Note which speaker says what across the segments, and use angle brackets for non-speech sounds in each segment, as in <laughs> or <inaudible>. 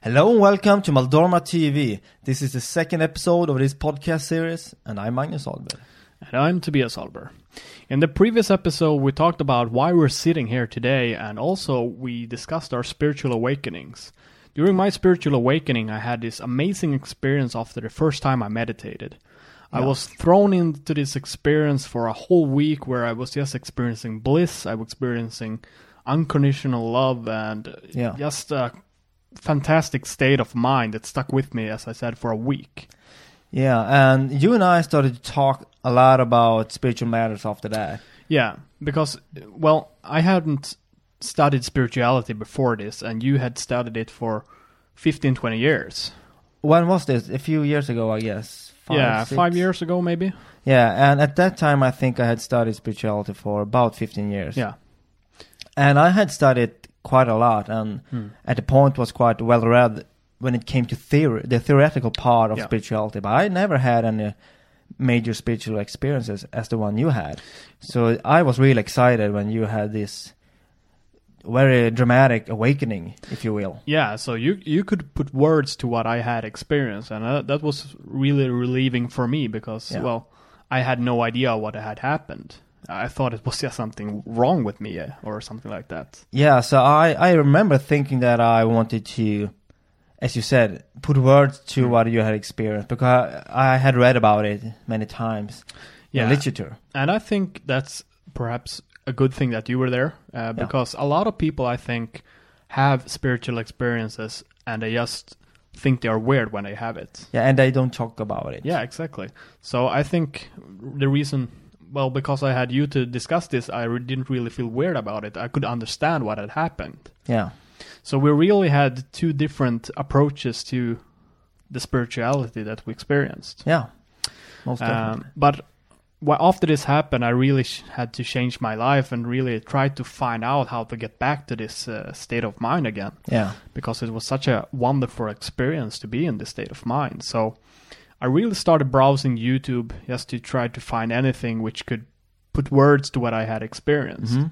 Speaker 1: Hello and welcome to Maldorma TV. This is the second episode of this podcast series, and I'm Magnus Ahlberg.
Speaker 2: And I'm Tobias Alber. In the previous episode, we talked about why we're sitting here today, and also we discussed our spiritual awakenings. During my spiritual awakening, I had this amazing experience after the first time I meditated. I was thrown into this experience for a whole week where I was just experiencing bliss, I was experiencing unconditional love, and
Speaker 1: Yeah.
Speaker 2: just a fantastic state of mind that stuck with me, as I said, for a week.
Speaker 1: Yeah, and you and I started to talk a lot about spiritual matters after that.
Speaker 2: Yeah, because well, I hadn't studied spirituality before this, and you had studied it for 15, 20 years.
Speaker 1: When was this? A few years ago, I guess.
Speaker 2: yeah,
Speaker 1: six?
Speaker 2: five years ago, maybe.
Speaker 1: Yeah, and at that time, I think I had studied spirituality for about 15 years.
Speaker 2: Yeah,
Speaker 1: And I had studied quite a lot, and
Speaker 2: Hmm.
Speaker 1: at the point was quite well read when it came to theory, the theoretical part of
Speaker 2: Yeah.
Speaker 1: spirituality. But I never had any major spiritual experiences as the one you had. So I was really excited when you had this very dramatic awakening, if you will.
Speaker 2: yeah. So you you could put words to what I had experienced, and uh, that was really relieving for me because
Speaker 1: Yeah.
Speaker 2: well, I had no idea what had happened. I thought it was just something wrong with me uh, or something like that.
Speaker 1: Yeah, so I, I remember thinking that I wanted to, as you said, put words to
Speaker 2: Hmm.
Speaker 1: what you had experienced because I, I had read about it many times in
Speaker 2: Yeah,
Speaker 1: literature.
Speaker 2: And I think that's perhaps a good thing that you were there uh, because a lot of people, I think, have spiritual experiences and they just think they are weird when they have it.
Speaker 1: Yeah, and they don't talk about it.
Speaker 2: Yeah, exactly. So I think the reason, well, because I had you to discuss this, I re- didn't really feel weird about it. I could understand what had happened.
Speaker 1: Yeah.
Speaker 2: So we really had two different approaches to the spirituality that we experienced.
Speaker 1: Yeah, most definitely.
Speaker 2: Um, but wha- after this happened, I really sh- had to change my life and really try to find out how to get back to this uh, state of mind again
Speaker 1: yeah,
Speaker 2: because it was such a wonderful experience to be in this state of mind. So I really started browsing YouTube just to try to find anything which could put words to what I had experienced.
Speaker 1: Mhm.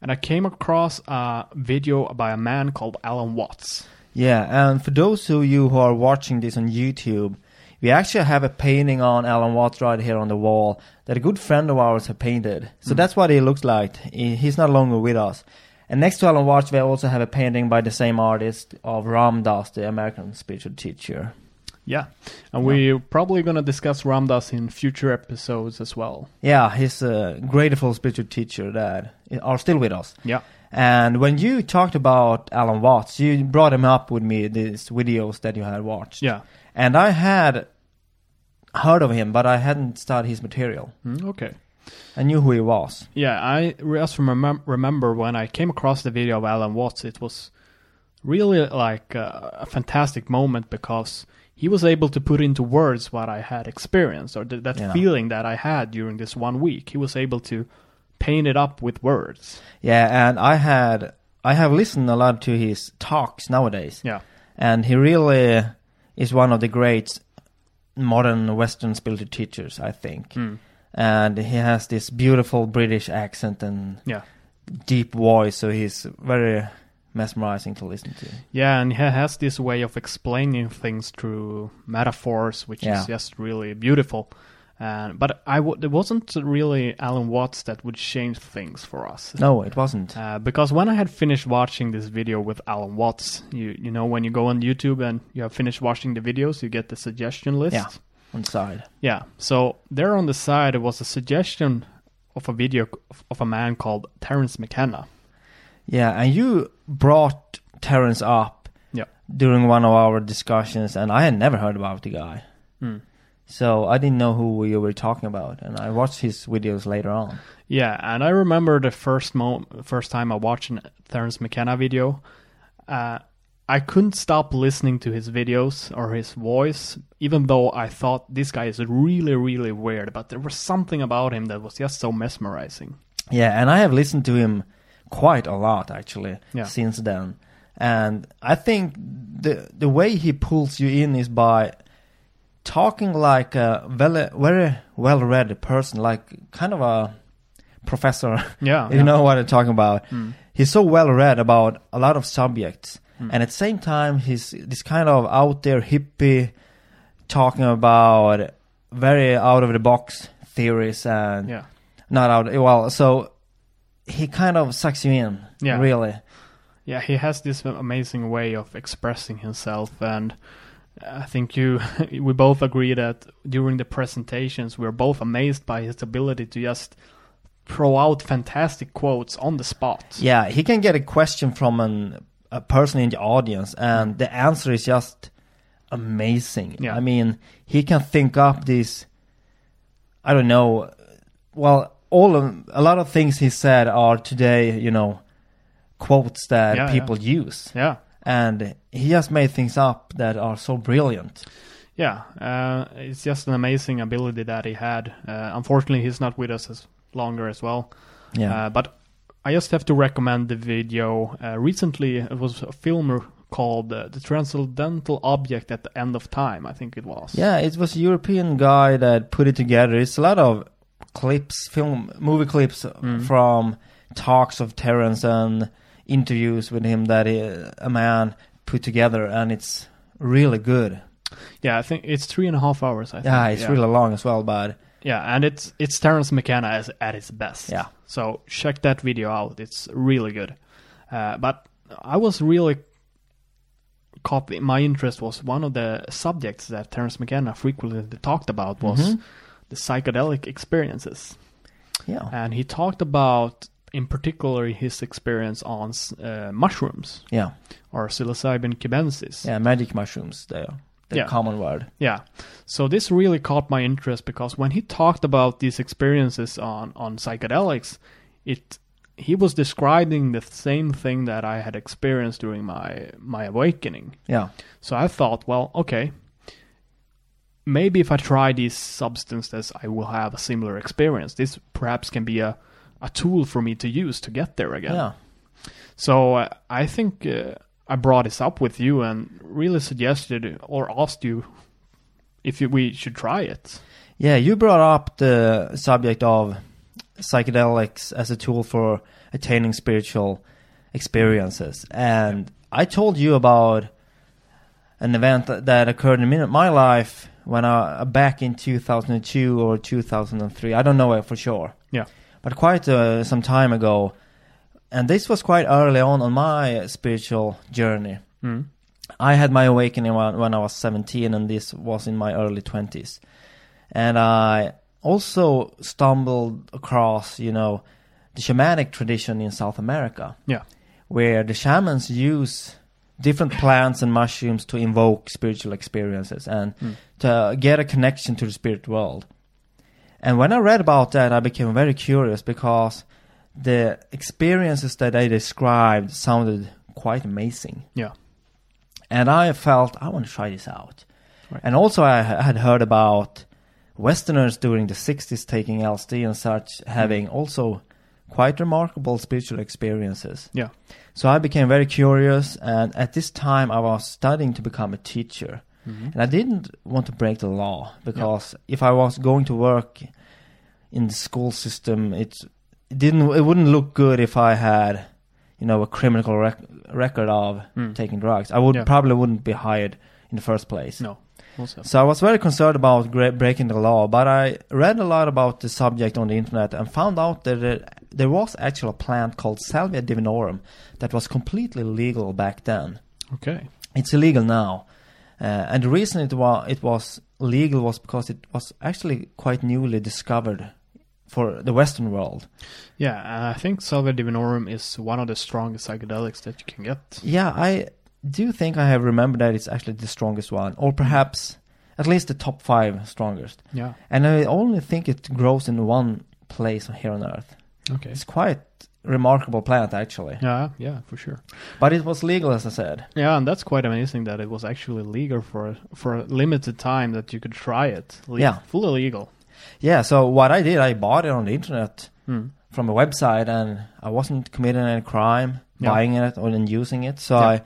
Speaker 2: And I came across a video by a man called Alan Watts.
Speaker 1: yeah. And for those of you who are watching this on YouTube, we actually have a painting on Alan Watts right here on the wall that a good friend of ours had painted. So
Speaker 2: Mm.
Speaker 1: that's what he looks like. He- He's not longer with us. And next to Alan Watts, we also have a painting by the same artist of Ram Dass, the American spiritual teacher.
Speaker 2: Yeah. And we're probably going to discuss Ramdas in future episodes as well.
Speaker 1: Yeah, he's a grateful spiritual teacher that are still with us.
Speaker 2: Yeah.
Speaker 1: And when you talked about Alan Watts, you brought him up with me these videos that you had watched.
Speaker 2: Yeah.
Speaker 1: And I had heard of him, but I hadn't studied his material.
Speaker 2: Mm, okay.
Speaker 1: I knew who he was.
Speaker 2: Yeah, I just remem- remember when I came across the video of Alan Watts, it was really like a, a fantastic moment because he was able to put into words what I had experienced or th- that
Speaker 1: Yeah.
Speaker 2: feeling that I had during this one week. He was able to paint it up with words.
Speaker 1: Yeah, and I had I have listened a lot to his talks nowadays,
Speaker 2: Yeah.
Speaker 1: and he really is one of the great modern Western spiritual teachers, I think.
Speaker 2: Mm.
Speaker 1: And he has this beautiful British accent and
Speaker 2: Yeah.
Speaker 1: deep voice, so he's very mesmerizing to listen to.
Speaker 2: Yeah, and he has this way of explaining things through metaphors, which
Speaker 1: Yeah.
Speaker 2: is just really beautiful. And but I w- it wasn't really Alan Watts that would change things for us.
Speaker 1: No, it wasn't.
Speaker 2: Uh, because when I had finished watching this video with Alan Watts, you you know when you go on YouTube and you have finished watching the videos, you get the suggestion list.
Speaker 1: Yeah. On side.
Speaker 2: Yeah. So there on the side it was a suggestion of a video c- of, of a man called Terence McKenna.
Speaker 1: Yeah, and you brought Terence up
Speaker 2: Yeah.
Speaker 1: during one of our discussions, and I had never heard about the guy.
Speaker 2: Hmm.
Speaker 1: So I didn't know who you were talking about, and I watched his videos later on.
Speaker 2: Yeah, and I remember the first mo first time I watched a Terence McKenna video. Uh, I couldn't stop listening to his videos or his voice, even though I thought this guy is really, really weird. But there was something about him that was just so mesmerizing.
Speaker 1: Yeah, and I have listened to him quite a lot actually
Speaker 2: Yeah.
Speaker 1: since then. And I think the the way he pulls you in is by talking like a very, very well read person, like kind of a professor. <laughs>
Speaker 2: Uh, Yeah, Hmm.
Speaker 1: you know what I'm talking about. He's so well read about a lot of subjects,
Speaker 2: Mm.
Speaker 1: and at the same time he's this kind of out there hippie talking about very out of the box theories and
Speaker 2: yeah,
Speaker 1: not out well so he kind of sucks you in
Speaker 2: Yeah.
Speaker 1: really
Speaker 2: yeah, he has this amazing way of expressing himself, and I think you, <laughs> we both agree that during the presentations, we are both amazed by his ability to just throw out fantastic quotes on the spot.
Speaker 1: yeah he can get a question from an, a person in the audience and the answer is just amazing
Speaker 2: Yeah.
Speaker 1: i mean he can think up these i don't know well all of a lot of things he said are today you know quotes that
Speaker 2: Yeah,
Speaker 1: people use
Speaker 2: yeah.
Speaker 1: and he just made things up that are so brilliant
Speaker 2: Yeah, uh, it's just an amazing ability that he had. Uh, unfortunately, he's not with us as longer as well.
Speaker 1: yeah
Speaker 2: Uh, but I just have to recommend the video. Uh, recently, it was a film called uh, "The Transcendental Object at the End of Time." I think it was.
Speaker 1: yeah it was a european guy that put it together it's a lot of clips film movie clips
Speaker 2: Mm.
Speaker 1: from talks of terrence and interviews with him that he, a man put together and it's really good
Speaker 2: yeah. I think it's three and a half hours. I think.
Speaker 1: yeah it's really long as well but
Speaker 2: Yeah, and it's it's Terrence McKenna as, at his best.
Speaker 1: Yeah.
Speaker 2: So check that video out. It's really good. Uh, but I was really caught. My interest was one of the subjects that Terrence McKenna frequently talked about was
Speaker 1: Mhm.
Speaker 2: the psychedelic experiences,
Speaker 1: yeah
Speaker 2: and he talked about in particular his experience on s- uh, mushrooms
Speaker 1: yeah
Speaker 2: or psilocybin cubensis.
Speaker 1: yeah magic mushrooms they are the
Speaker 2: Yeah.
Speaker 1: common word
Speaker 2: Yeah. So this really caught my interest because when he talked about these experiences on, on psychedelics, it he was describing the same thing that I had experienced during my my awakening.
Speaker 1: yeah
Speaker 2: So I thought, well, okay, maybe if I try these substances, I will have a similar experience. This perhaps can be a, a tool for me to use to get there again.
Speaker 1: yeah
Speaker 2: So uh, I think uh, I brought this up with you and really suggested or asked you if you, we should try it.
Speaker 1: Yeah, you brought up the subject of psychedelics as a tool for attaining spiritual experiences. And I told you about an event tha- that occurred in min- my life when I uh, back in 2002 or 2003. I don't know it for sure.
Speaker 2: Yeah.
Speaker 1: But quite uh, some time ago. And this was quite early on on my spiritual journey.
Speaker 2: Mm.
Speaker 1: I had my awakening when, when I was 17, and this was in my early 20s. And I also stumbled across, you know, the shamanic tradition in South America.
Speaker 2: Yeah.
Speaker 1: Where the shamans use different plants and mushrooms to invoke spiritual experiences and
Speaker 2: Mm.
Speaker 1: to get a connection to the spirit world. And when I read about that, I became very curious because the experiences that they described sounded quite amazing.
Speaker 2: Yeah.
Speaker 1: And I felt I want to try this out.
Speaker 2: Right.
Speaker 1: And also, I h- had heard about Westerners during the 60s taking LSD and such
Speaker 2: Mm-hmm.
Speaker 1: having also quite remarkable spiritual experiences.
Speaker 2: Yeah.
Speaker 1: So I became very curious, and at this time, I was studying to become a teacher.
Speaker 2: Mm-hmm.
Speaker 1: And I didn't want to break the law because if I was going to work in the school system, it didn't it wouldn't look good if I had, you know, a criminal rec- record of
Speaker 2: Mm.
Speaker 1: taking drugs. I would
Speaker 2: Yeah.
Speaker 1: probably wouldn't be hired in the first place.
Speaker 2: No. Also.
Speaker 1: So I was very concerned about gra- breaking the law, but I read a lot about the subject on the internet and found out that there, there was actually a plant called Salvia divinorum that was completely legal back then
Speaker 2: Okay.
Speaker 1: it's illegal now. Uh, and the reason it, wa- it was legal was because it was actually quite newly discovered for the Western world.
Speaker 2: Yeah, and I think Salvia Divinorum is one of the strongest psychedelics that you can get.
Speaker 1: Yeah, I do think I have remembered that it's actually the strongest one, or perhaps at least the top five strongest.
Speaker 2: Yeah.
Speaker 1: And I only think it grows in one place here on Earth.
Speaker 2: Okay.
Speaker 1: It's quite remarkable plant actually.
Speaker 2: Yeah, yeah, for sure.
Speaker 1: But it was legal, as I said.
Speaker 2: Yeah, and that's quite amazing that it was actually legal for for a limited time that you could try it. Le-
Speaker 1: Yeah.
Speaker 2: fully legal.
Speaker 1: Yeah. So what I did, I bought it on the internet.
Speaker 2: Mm.
Speaker 1: from a website and I wasn't committing any crime
Speaker 2: Yeah.
Speaker 1: buying it or then using it. So
Speaker 2: Yeah.
Speaker 1: I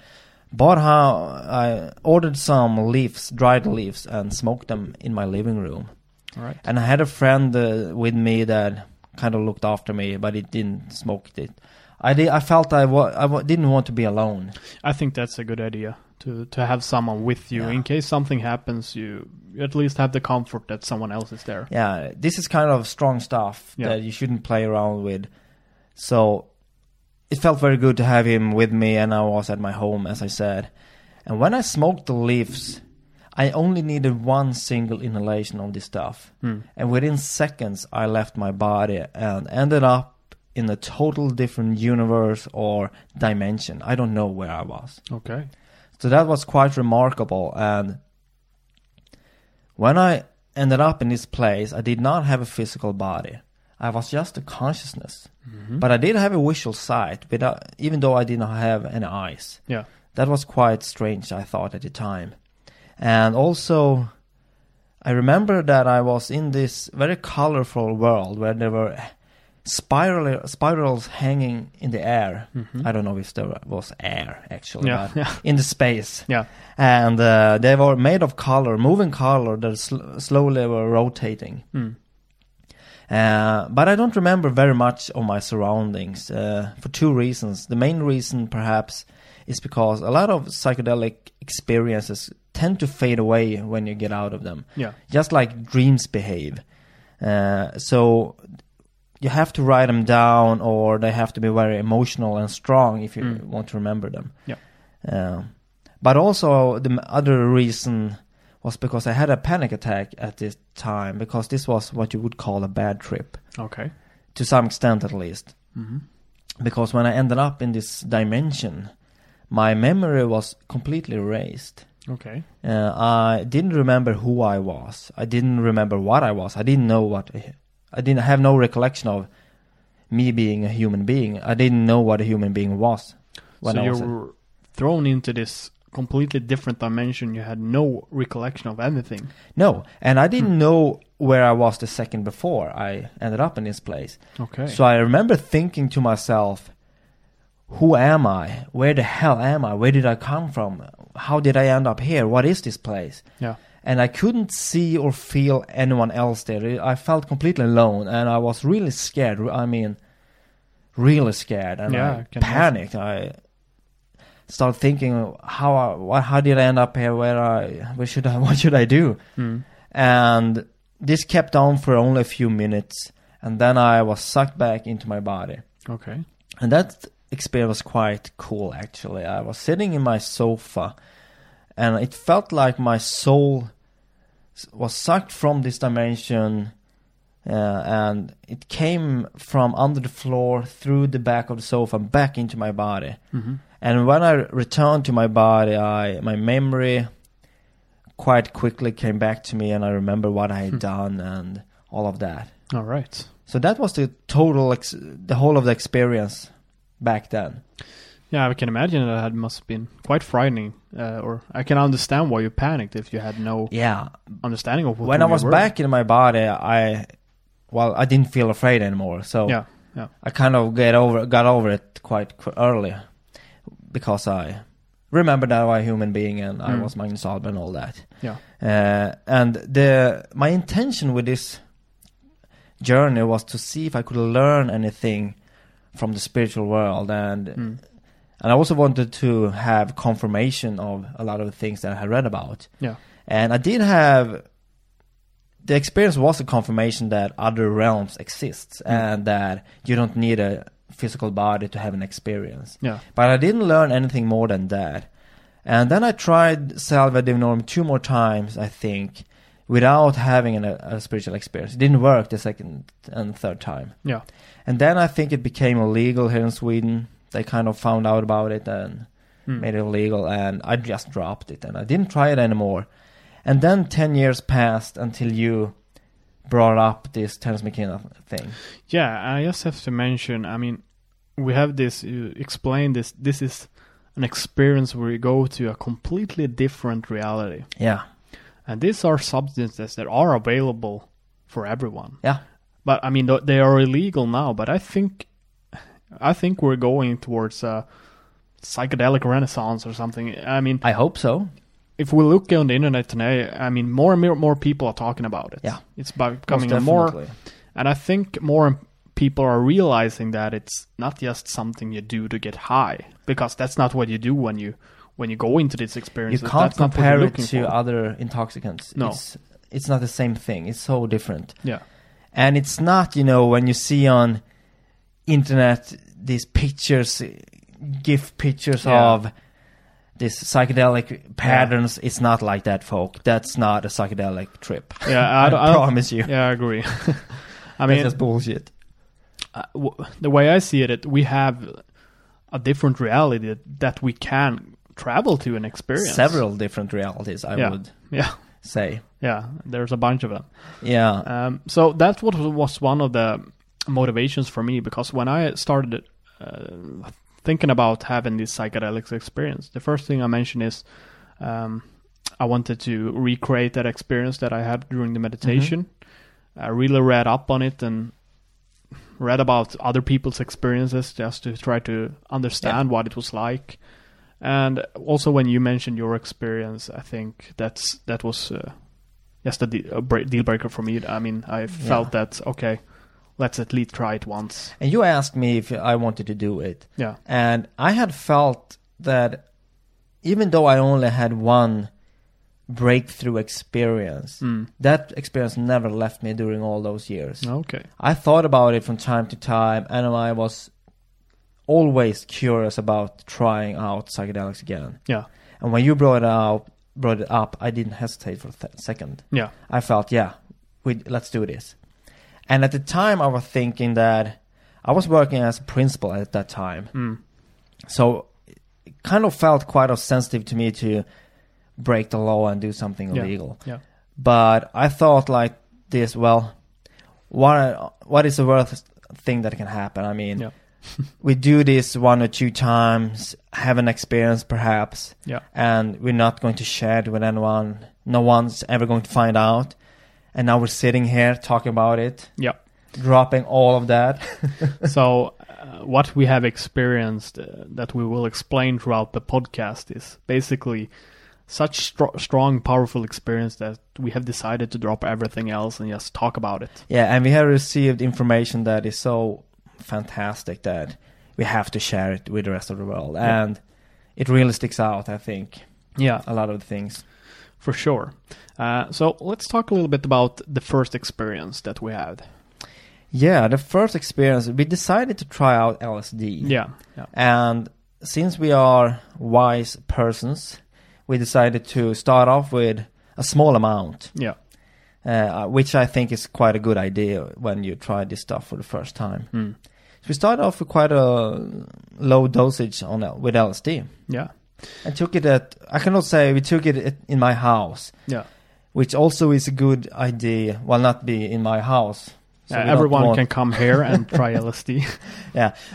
Speaker 1: bought how I ordered some leaves, dried leaves, and smoked them in my living room.
Speaker 2: All right.
Speaker 1: And I had a friend uh, with me that kind of looked after me, but he didn't smoke it. I did. I felt I wa- I wa- didn't want to be alone.
Speaker 2: I think that's a good idea to to have someone with you
Speaker 1: Yeah.
Speaker 2: in case something happens. You you at least have the comfort that someone else is there.
Speaker 1: Yeah, this is kind of strong stuff
Speaker 2: Yeah.
Speaker 1: that you shouldn't play around with. So it felt very good to have him with me, and I was at my home, as I said. And when I smoked the leaves, I only needed one single inhalation of this stuff.
Speaker 2: Hmm.
Speaker 1: And within seconds, I left my body and ended up in a total different universe or dimension. I don't know where I was.
Speaker 2: Okay.
Speaker 1: So that was quite remarkable. And when I ended up in this place, I did not have a physical body. I was just a consciousness.
Speaker 2: Mm-hmm.
Speaker 1: But I did have a visual sight, without, even though I did not have any eyes.
Speaker 2: Yeah.
Speaker 1: That was quite strange, I thought at the time. And also, I remember that I was in this very colorful world where there were spiral, spirals hanging in the air.
Speaker 2: Mhm.
Speaker 1: I don't know if there was air actually,
Speaker 2: Yeah.
Speaker 1: but
Speaker 2: Yeah.
Speaker 1: in the space.
Speaker 2: <laughs> Yeah.
Speaker 1: And uh, they were made of color, moving color that sl- slowly were rotating.
Speaker 2: Mm.
Speaker 1: Uh, but I don't remember very much of my surroundings uh, for two reasons. The main reason, perhaps, is because a lot of psychedelic experiences tend to fade away when you get out of them,
Speaker 2: Yeah.
Speaker 1: just like dreams behave. Uh, so you have to write them down, or they have to be very emotional and strong if you
Speaker 2: Mm.
Speaker 1: want to remember them.
Speaker 2: Yeah.
Speaker 1: Uh, but also the m- other reason was because I had a panic attack at this time because this was what you would call a bad trip
Speaker 2: Okay.
Speaker 1: to some extent at least
Speaker 2: hmm
Speaker 1: because when I ended up in this dimension my memory was completely erased
Speaker 2: Okay.
Speaker 1: uh, I didn't remember who I was I didn't remember what I was I didn't know what I, I didn't have no recollection of me being a human being I didn't know what a human being was when
Speaker 2: so
Speaker 1: I
Speaker 2: you
Speaker 1: was a-
Speaker 2: were thrown into this completely different dimension. You had no recollection of anything.
Speaker 1: no and I didn't know where I was the second before I ended up in this place
Speaker 2: Okay.
Speaker 1: So I remember thinking to myself, who am I? Where the hell am I? Where did I come from? How did I end up here? What is this place?
Speaker 2: yeah.
Speaker 1: And I couldn't see or feel anyone else there. I felt completely alone and I was really scared. I mean, really scared. And
Speaker 2: Yeah, I
Speaker 1: I
Speaker 2: can
Speaker 1: panicked. I started thinking, how, I, why, how did I end up here? Where I, where should I, <laughs> what should I do?
Speaker 2: Mm.
Speaker 1: and this kept on for only a few minutes and then i was sucked back into my body
Speaker 2: Okay.
Speaker 1: and that experience was quite cool actually i was sitting in my sofa and it felt like my soul s- was sucked from this dimension uh, and it came from under the floor through the back of the sofa back into my body
Speaker 2: hmm
Speaker 1: and when I returned to my body, I my memory quite quickly came back to me, and I remember what I had
Speaker 2: Hmm.
Speaker 1: done and all of that.
Speaker 2: All right.
Speaker 1: So that was the total, ex- the whole of the experience back then.
Speaker 2: Yeah, I can imagine that had must have been quite frightening, uh, or I can understand why you panicked if you had no
Speaker 1: Yeah.
Speaker 2: understanding of what
Speaker 1: when
Speaker 2: you
Speaker 1: I was
Speaker 2: were.
Speaker 1: back in my body, I well, I didn't feel afraid anymore. So
Speaker 2: Yeah, yeah.
Speaker 1: I kind of get over got over it quite qu- early because I remembered that I was a human being and I
Speaker 2: Mm.
Speaker 1: was Magnus Alba and all that.
Speaker 2: Yeah.
Speaker 1: Uh, and the my intention with this journey was to see if I could learn anything from the spiritual world and
Speaker 2: Mm.
Speaker 1: and I also wanted to have confirmation of a lot of the things that I had read about.
Speaker 2: Yeah.
Speaker 1: And I did have the experience was a confirmation that other realms exist and that you don't need a physical body to have an experience.
Speaker 2: Yeah.
Speaker 1: But I didn't learn anything more than that. And then I tried Salva Divinorum two more times, I think, without having an, a spiritual experience. It didn't work the second and third time.
Speaker 2: Yeah.
Speaker 1: And then I think it became illegal here in Sweden. They kind of found out about it and
Speaker 2: Mm.
Speaker 1: made it illegal and I just dropped it and I didn't try it anymore. And then 10 years passed until you brought up this Terence McKenna thing.
Speaker 2: Yeah, I just have to mention. I mean, we have this. You explain this. This is an experience where you go to a completely different reality,
Speaker 1: Yeah.
Speaker 2: and these are substances that are available for everyone.
Speaker 1: Yeah.
Speaker 2: But I mean, th- they are illegal now. But I think, I think we're going towards a psychedelic renaissance or something. I mean,
Speaker 1: I hope so.
Speaker 2: if we look on the internet today, I mean, more and more, more people are talking about it.
Speaker 1: Yeah.
Speaker 2: It's by
Speaker 1: Most
Speaker 2: becoming a more,
Speaker 1: definitely.
Speaker 2: and I think more people are realizing that it's not just something you do to get high, because that's not what you do when you when you go into this
Speaker 1: You
Speaker 2: experience.
Speaker 1: can't
Speaker 2: that's not what you're
Speaker 1: compare it
Speaker 2: looking
Speaker 1: to
Speaker 2: for.
Speaker 1: other intoxicants.
Speaker 2: No.
Speaker 1: It's, it's not the same thing. It's so different.
Speaker 2: Yeah.
Speaker 1: And it's not, you know, when you see on internet these pictures, uh, GIF pictures
Speaker 2: Yeah.
Speaker 1: of these psychedelic patterns. It's not like that, folk. That's not a psychedelic trip.
Speaker 2: Yeah,
Speaker 1: I,
Speaker 2: I, don't- I, don't-
Speaker 1: promise you.
Speaker 2: yeah, I agree. <laughs> I
Speaker 1: That's
Speaker 2: mean,
Speaker 1: just bullshit.
Speaker 2: uh, w- the way I see it, it, we have a different reality that, that we can travel to and experience.
Speaker 1: Several different realities, I
Speaker 2: Yeah.
Speaker 1: would
Speaker 2: Yeah,
Speaker 1: say.
Speaker 2: yeah. There's a bunch of them.
Speaker 1: Yeah.
Speaker 2: Um, so that's what was one of the motivations for me because when I started uh, thinking about having this psychedelic experience, the first thing I mentioned is um, I wanted to recreate that experience that I had during the meditation. I really read up on it and read about other people's experiences just to try to understand what it was like. And also, when you mentioned your experience, I think that's that was uh, just a, de- a break, deal breaker for me. I mean, I felt that okay, let's at least try it once.
Speaker 1: And you asked me if I wanted to do it.
Speaker 2: Yeah,
Speaker 1: And I had felt that even though I only had one breakthrough experience,
Speaker 2: Mm.
Speaker 1: that experience never left me during all those years.
Speaker 2: okay,
Speaker 1: I thought about it from time to time, and I was always curious about trying out psychedelics again.
Speaker 2: yeah,
Speaker 1: And when you brought it up, brought it up, I didn't hesitate for a th- second.
Speaker 2: yeah,
Speaker 1: I felt, yeah, we let's do this. And at the time, I was thinking that I was working as a principal at that time,
Speaker 2: mm.
Speaker 1: so it kind of felt quite sensitive to me to break the law and do something
Speaker 2: Yeah.
Speaker 1: illegal.
Speaker 2: yeah,
Speaker 1: But I thought like this, well, what what is the worst thing that can happen? I mean,
Speaker 2: Yeah.
Speaker 1: <laughs> we do this one or two times, have an experience perhaps,
Speaker 2: yeah,
Speaker 1: and we're not going to share it with anyone. No one's ever going to find out. And now we're sitting here talking about it,
Speaker 2: yeah.
Speaker 1: dropping all of that.
Speaker 2: so uh, what we have experienced uh, that we will explain throughout the podcast is basically such stro- strong powerful experience that we have decided to drop everything else and just talk about it
Speaker 1: Yeah, and we have received information that is so fantastic that we have to share it with the rest of the world.
Speaker 2: Yeah.
Speaker 1: And it really sticks out, I think,
Speaker 2: yeah
Speaker 1: a lot of things.
Speaker 2: for sure uh, so let's talk a little bit about the first experience that we had
Speaker 1: Yeah, the first experience, we decided to try out LSD.
Speaker 2: yeah yeah
Speaker 1: And since we are wise persons, we decided to start off with a small amount,
Speaker 2: yeah
Speaker 1: uh, which I think is quite a good idea when you try this stuff for the first time.
Speaker 2: Mm.
Speaker 1: So we started off with quite a low dosage on L- with LSD.
Speaker 2: yeah
Speaker 1: I took it at, I cannot say we took it at, in my house,
Speaker 2: yeah
Speaker 1: which also is a good idea. Well, not be in my house. so
Speaker 2: Uh,
Speaker 1: we don't
Speaker 2: everyone
Speaker 1: want-
Speaker 2: can come here
Speaker 1: <laughs>
Speaker 2: and try lsd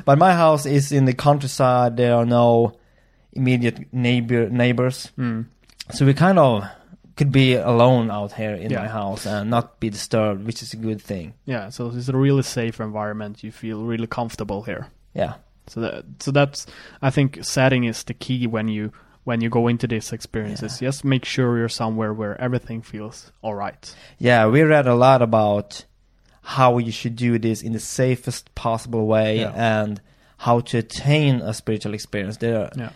Speaker 1: But my house is in the countryside. There are no immediate neighbor neighbors,
Speaker 2: mm.
Speaker 1: so we kind of could be alone out here in
Speaker 2: Yeah.
Speaker 1: my house and not be disturbed, which is a good thing.
Speaker 2: yeah so it's a really safe environment you feel really comfortable here
Speaker 1: Yeah,
Speaker 2: So that so that's I think setting is the key when you when you go into these experiences. Just make sure you're somewhere where everything feels all right.
Speaker 1: yeah. We read a lot about how you should do this in the safest possible way
Speaker 2: Yeah.
Speaker 1: and how to attain a spiritual experience. There, are-
Speaker 2: Yeah.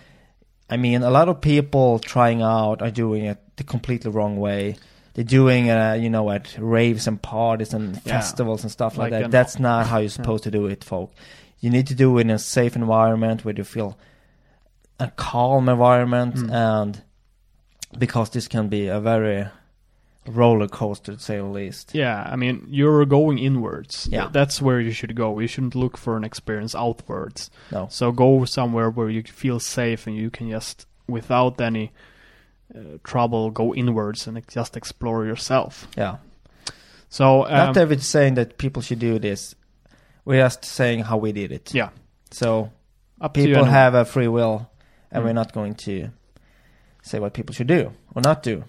Speaker 1: I mean, a lot of people trying out are doing it the completely wrong way. They're doing it, uh, you know, at raves and parties and
Speaker 2: Yeah.
Speaker 1: festivals and stuff like,
Speaker 2: Like
Speaker 1: that.
Speaker 2: an-
Speaker 1: That's not how you're supposed to do it, folk. You need to do it in a safe environment where you feel a calm environment,
Speaker 2: Mm.
Speaker 1: and because this can be a very roller coaster, to say the least.
Speaker 2: Yeah, I mean you're going inwards.
Speaker 1: Yeah.
Speaker 2: That's where you should go. You shouldn't look for an experience outwards.
Speaker 1: No.
Speaker 2: So go somewhere where you feel safe and you can just without any uh, trouble go inwards and just explore yourself.
Speaker 1: Yeah.
Speaker 2: So um,
Speaker 1: Not that we're saying that people should do this. We're just saying how we did it.
Speaker 2: Yeah.
Speaker 1: So
Speaker 2: up to you
Speaker 1: people
Speaker 2: and-
Speaker 1: have a free will and
Speaker 2: Mm.
Speaker 1: we're not going to say what people should do or not do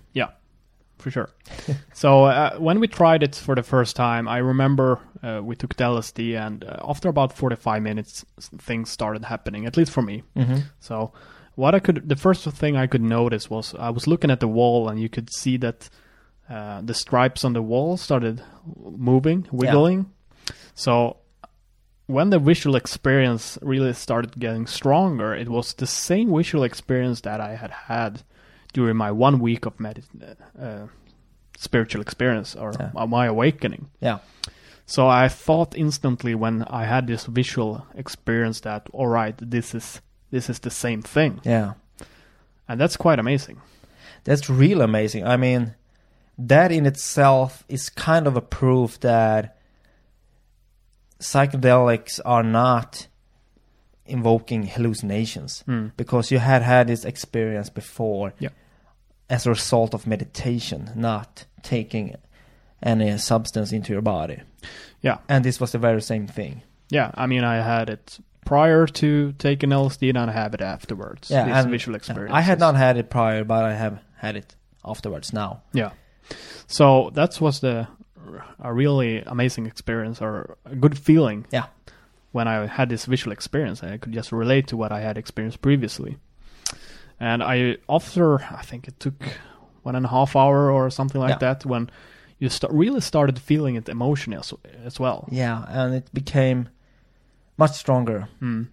Speaker 2: for sure. <laughs> so uh, when we tried it for the first time, I remember uh, we took the LSD, and uh, after about forty-five minutes, s- things started happening. At least for me.
Speaker 1: mm-hmm.
Speaker 2: So what I could, the first thing I could notice was I was looking at the wall, and you could see that uh, the stripes on the wall started moving, wiggling. So when the visual experience really started getting stronger, it was the same visual experience that I had had during my one week of medit uh, spiritual experience or
Speaker 1: Yeah.
Speaker 2: uh, my awakening.
Speaker 1: Yeah.
Speaker 2: So I thought instantly when I had this visual experience that all right, this is this is the same thing,
Speaker 1: Yeah.
Speaker 2: and that's quite amazing.
Speaker 1: That's real amazing. I mean, that in itself is kind of a proof that psychedelics are not invoking hallucinations
Speaker 2: Mm.
Speaker 1: because you had had this experience before
Speaker 2: Yeah.
Speaker 1: as a result of meditation, not taking any substance into your body.
Speaker 2: Yeah.
Speaker 1: And this was the very same thing.
Speaker 2: Yeah, I mean, I had it prior to taking LSD, and I have it afterwards.
Speaker 1: Yeah,
Speaker 2: this
Speaker 1: and-
Speaker 2: visual experience.
Speaker 1: I had not had it prior, but I have had it afterwards now.
Speaker 2: Yeah. So that was the a really amazing experience or a good feeling.
Speaker 1: Yeah.
Speaker 2: When I had this visual experience, I could just relate to what I had experienced previously. And I after I think it took one and a half hour or something like
Speaker 1: Yeah.
Speaker 2: that when you st- really started feeling it emotionally as, as well.
Speaker 1: Yeah, and it became much stronger.
Speaker 2: Mm.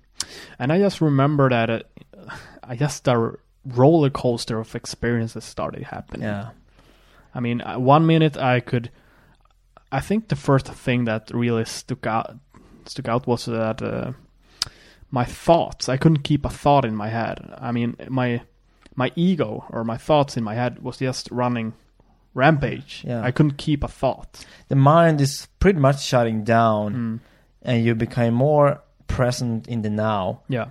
Speaker 2: And I just remember that uh, I just a roller coaster of experiences started happening.
Speaker 1: Yeah.
Speaker 2: I mean, uh, one minute I could. I think the first thing that really stuck out stuck out was that uh, my thoughts. I couldn't keep a thought in my head. I mean, my my ego or my thoughts in my head was just running rampage.
Speaker 1: Yeah.
Speaker 2: I couldn't keep a thought.
Speaker 1: the mind is pretty much shutting down
Speaker 2: Mm.
Speaker 1: and you become more present in the now
Speaker 2: Yeah.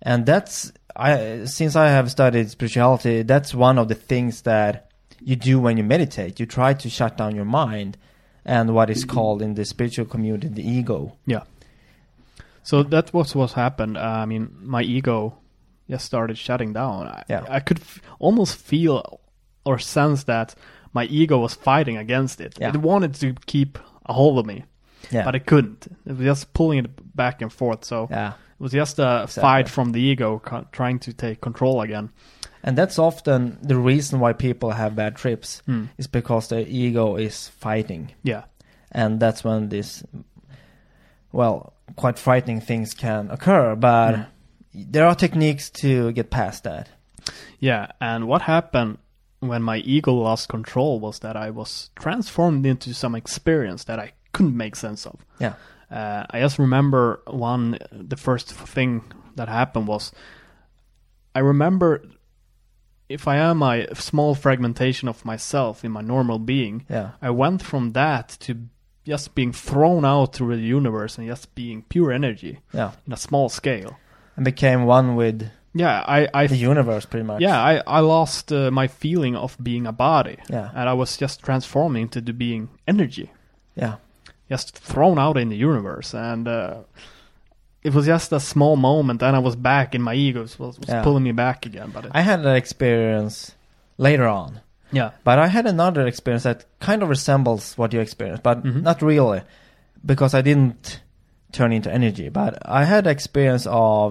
Speaker 1: and that's i since i have studied spirituality that's one of the things that you do when you meditate you try to shut down your mind and what is called in the spiritual community the ego
Speaker 2: So that was what happened. Uh, I mean, my ego just started shutting down. I,
Speaker 1: Yeah.
Speaker 2: I could f- almost feel or sense that my ego was fighting against it.
Speaker 1: Yeah.
Speaker 2: It wanted to keep a hold of me,
Speaker 1: yeah
Speaker 2: but it couldn't. It was just pulling it back and forth. So
Speaker 1: yeah
Speaker 2: it was just a
Speaker 1: Exactly.
Speaker 2: fight from the ego co- trying to take control again.
Speaker 1: and that's often the reason why people have bad trips
Speaker 2: Hmm.
Speaker 1: is because their ego is fighting
Speaker 2: Yeah.
Speaker 1: and that's when this well quite frightening things can occur but
Speaker 2: Mm.
Speaker 1: there are techniques to get past that
Speaker 2: Yeah, and what happened when my ego lost control was that I was transformed into some experience that I couldn't make sense of.
Speaker 1: Yeah.
Speaker 2: Uh, I just remember one, the first thing that happened was I remember if I am a small fragmentation of myself in my normal being,
Speaker 1: yeah
Speaker 2: I went from that to just being thrown out through the universe and just being pure energy
Speaker 1: yeah
Speaker 2: in a small scale.
Speaker 1: and became one with
Speaker 2: Yeah, I, I
Speaker 1: the universe pretty much
Speaker 2: yeah, I, I lost uh, my feeling of being a body,
Speaker 1: yeah
Speaker 2: and I was just transformed into the being energy,
Speaker 1: yeah
Speaker 2: just thrown out in the universe. And uh, it was just a small moment, and I was back in my ego, was, was
Speaker 1: Yeah.
Speaker 2: pulling me back again. But it,
Speaker 1: i had that experience later on
Speaker 2: yeah,
Speaker 1: but i had another experience that kind of resembles what you experienced but
Speaker 2: Mhm.
Speaker 1: not really because i didn't turn into energy but i had experience of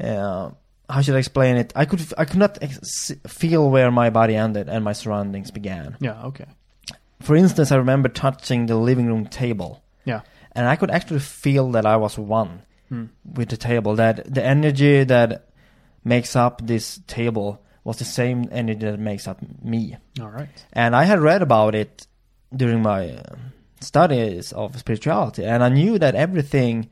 Speaker 1: uh, how should i explain it i could i could not ex- s- feel where my body ended and my surroundings began
Speaker 2: yeah, okay,
Speaker 1: for instance, I remember touching the living room table.
Speaker 2: Yeah.
Speaker 1: And I could actually feel that I was one
Speaker 2: Hmm.
Speaker 1: with the table. That the energy that makes up this table was the same energy that makes up me.
Speaker 2: all right,
Speaker 1: And I had read about it during my uh, studies of spirituality, and I knew that everything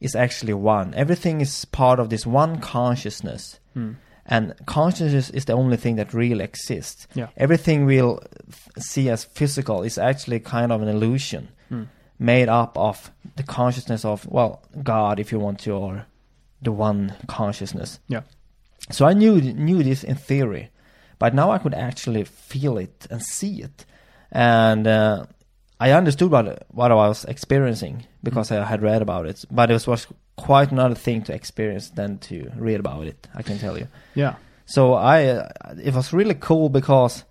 Speaker 1: is actually one. Everything is part of this one consciousness
Speaker 2: Hmm.
Speaker 1: and consciousness is the only thing that really exists.
Speaker 2: Yeah.
Speaker 1: Everything we'll f- see as physical is actually kind of an illusion
Speaker 2: Hmm.
Speaker 1: made up of the consciousness of, well, God, if you want to, or the one consciousness.
Speaker 2: Yeah.
Speaker 1: So I knew knew this in theory, but now I could actually feel it and see it, and uh, I understood what what I was experiencing
Speaker 2: Hmm.
Speaker 1: because I had read about it. But it was, was quite another thing to experience than to read about it. I can tell you.
Speaker 2: yeah,
Speaker 1: So I, uh, it was really cool because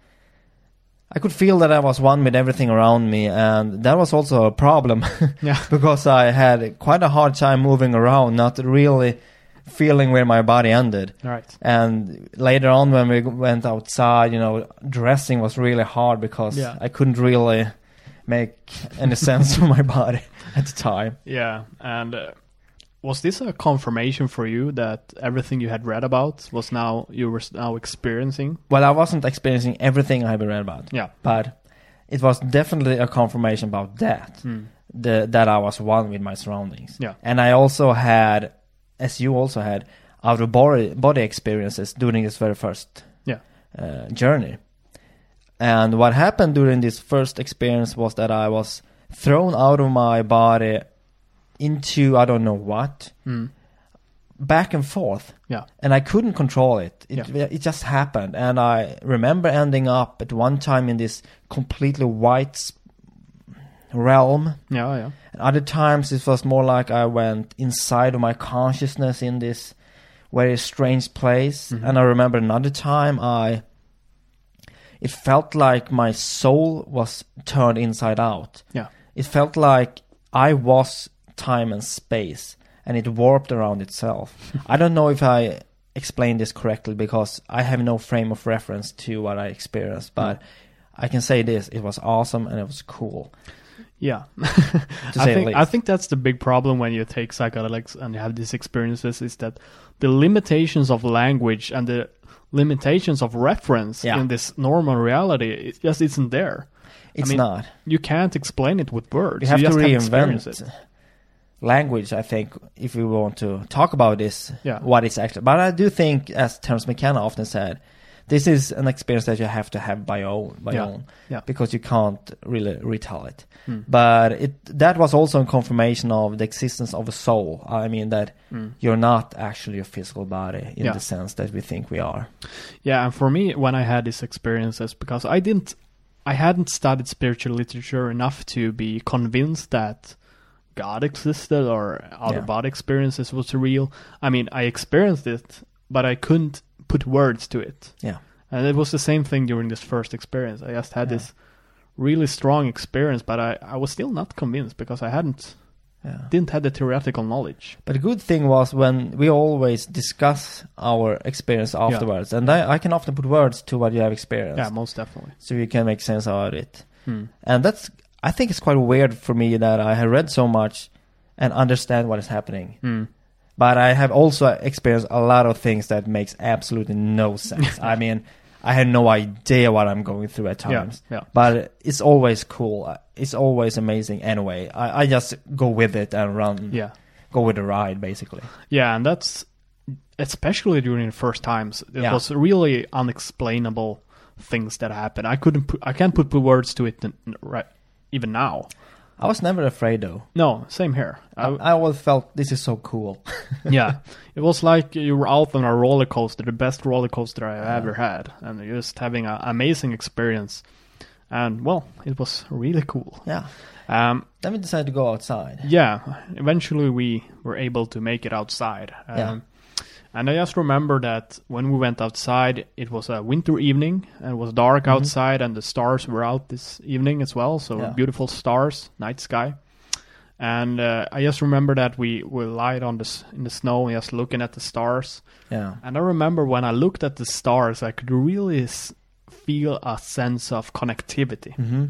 Speaker 1: I could feel that I was one with everything around me, and that was also a problem <laughs>
Speaker 2: Yeah. <laughs>
Speaker 1: because I had quite a hard time moving around, not really feeling where my body ended.
Speaker 2: all right,
Speaker 1: And later on, when we went outside, you know, dressing was really hard because
Speaker 2: Yeah.
Speaker 1: I couldn't really make any sense for my body <laughs> at the time.
Speaker 2: Yeah, and uh, was this a confirmation for you that everything you had read about was now you were s- now experiencing?
Speaker 1: Well, I wasn't experiencing everything I had read about,
Speaker 2: Yeah.
Speaker 1: but it was definitely a confirmation about that.
Speaker 2: Mm.
Speaker 1: the, that I was one with my surroundings.
Speaker 2: Yeah.
Speaker 1: And I also had, as you also had, out of body, body experiences during this very first
Speaker 2: Yeah.
Speaker 1: uh, journey. And what happened during this first experience was that I was thrown out of my body into I don't know what,
Speaker 2: Mm.
Speaker 1: back and forth.
Speaker 2: Yeah.
Speaker 1: And I couldn't control it. It, it just happened. And I remember ending up at one time in this completely white s- realm.
Speaker 2: Yeah, yeah.
Speaker 1: And other times it was more like I went inside of my consciousness in this very strange place.
Speaker 2: Mhm.
Speaker 1: And I remember another time I it felt like my soul was turned inside out.
Speaker 2: Yeah.
Speaker 1: It felt like I was time and space and it warped around itself. I don't know if I explained this correctly because I have no frame of reference to what I experienced, but I can say this, it was awesome and it was cool.
Speaker 2: Yeah.
Speaker 1: <laughs> To
Speaker 2: I
Speaker 1: say the
Speaker 2: think
Speaker 1: least.
Speaker 2: I think that's the big problem when you take psychedelics and you have these experiences is that the limitations of language and the limitations of reference
Speaker 1: Yeah.
Speaker 2: in this normal reality it just isn't there.
Speaker 1: It's
Speaker 2: mean,
Speaker 1: not.
Speaker 2: You can't explain it with words.
Speaker 1: we have to
Speaker 2: just experience
Speaker 1: reinvent
Speaker 2: it.
Speaker 1: language i think if we want to talk about this
Speaker 2: Yeah.
Speaker 1: what it's actually but i do think as terence mckenna often said this is an experience that you have to have by own by
Speaker 2: Yeah.
Speaker 1: own
Speaker 2: Yeah.
Speaker 1: because you can't really retell it
Speaker 2: Mm.
Speaker 1: but it that was also a confirmation of the existence of a soul i mean that
Speaker 2: Mm.
Speaker 1: you're not actually a physical body in
Speaker 2: Yeah.
Speaker 1: the sense that we think we are
Speaker 2: Yeah, and for me, when I had these experiences, because I didn't, I hadn't studied spiritual literature enough to be convinced that God existed or out
Speaker 1: Yeah.
Speaker 2: of body experiences was real. I mean, I experienced it, but I couldn't put words to it.
Speaker 1: Yeah.
Speaker 2: and it was the same thing during this first experience. I just had
Speaker 1: Yeah.
Speaker 2: this really strong experience, but I, I was still not convinced because I hadn't
Speaker 1: yeah.
Speaker 2: didn't have the theoretical knowledge.
Speaker 1: But the good thing was when we always discuss our experience afterwards, and I, I can often put words to what you have experienced,
Speaker 2: Yeah, most definitely.
Speaker 1: so you can make sense out of it.
Speaker 2: Hmm.
Speaker 1: And that's I think it's quite weird for me that I have read so much and understand what is happening,
Speaker 2: Hmm.
Speaker 1: but I have also experienced a lot of things that makes absolutely no
Speaker 2: <laughs>
Speaker 1: sense. I mean, I had no idea what I'm going through at
Speaker 2: Yeah,
Speaker 1: times.
Speaker 2: yeah,
Speaker 1: But it's always cool. It's always amazing. Anyway, I, I just go with it and run,
Speaker 2: yeah.
Speaker 1: go with the ride, basically.
Speaker 2: Yeah, and that's especially during the first times. It
Speaker 1: Yeah.
Speaker 2: was really unexplainable things that happened. I couldn't put, I can't put words to it n- n- right even now.
Speaker 1: I was never afraid though.
Speaker 2: No, same here.
Speaker 1: I, <laughs>
Speaker 2: I,
Speaker 1: I always felt this is so cool. <laughs>
Speaker 2: yeah, it was like you were out on a roller coaster, the best roller coaster I
Speaker 1: Yeah.
Speaker 2: ever had, and you're just having an amazing experience. And well, it was really cool.
Speaker 1: Yeah.
Speaker 2: Um,
Speaker 1: Then we decided to go outside.
Speaker 2: yeah eventually we were able to make it outside um,
Speaker 1: Yeah.
Speaker 2: and i just remember that when we went outside it was a winter evening and it was dark
Speaker 1: Mhm.
Speaker 2: outside and the stars were out this evening as well so
Speaker 1: Yeah.
Speaker 2: beautiful stars night sky and uh, i just remember that we we lied on this in the snow and just looking at the stars
Speaker 1: Yeah.
Speaker 2: and i remember when i looked at the stars i could really s- feel a sense of connectivity
Speaker 1: Mm-hmm.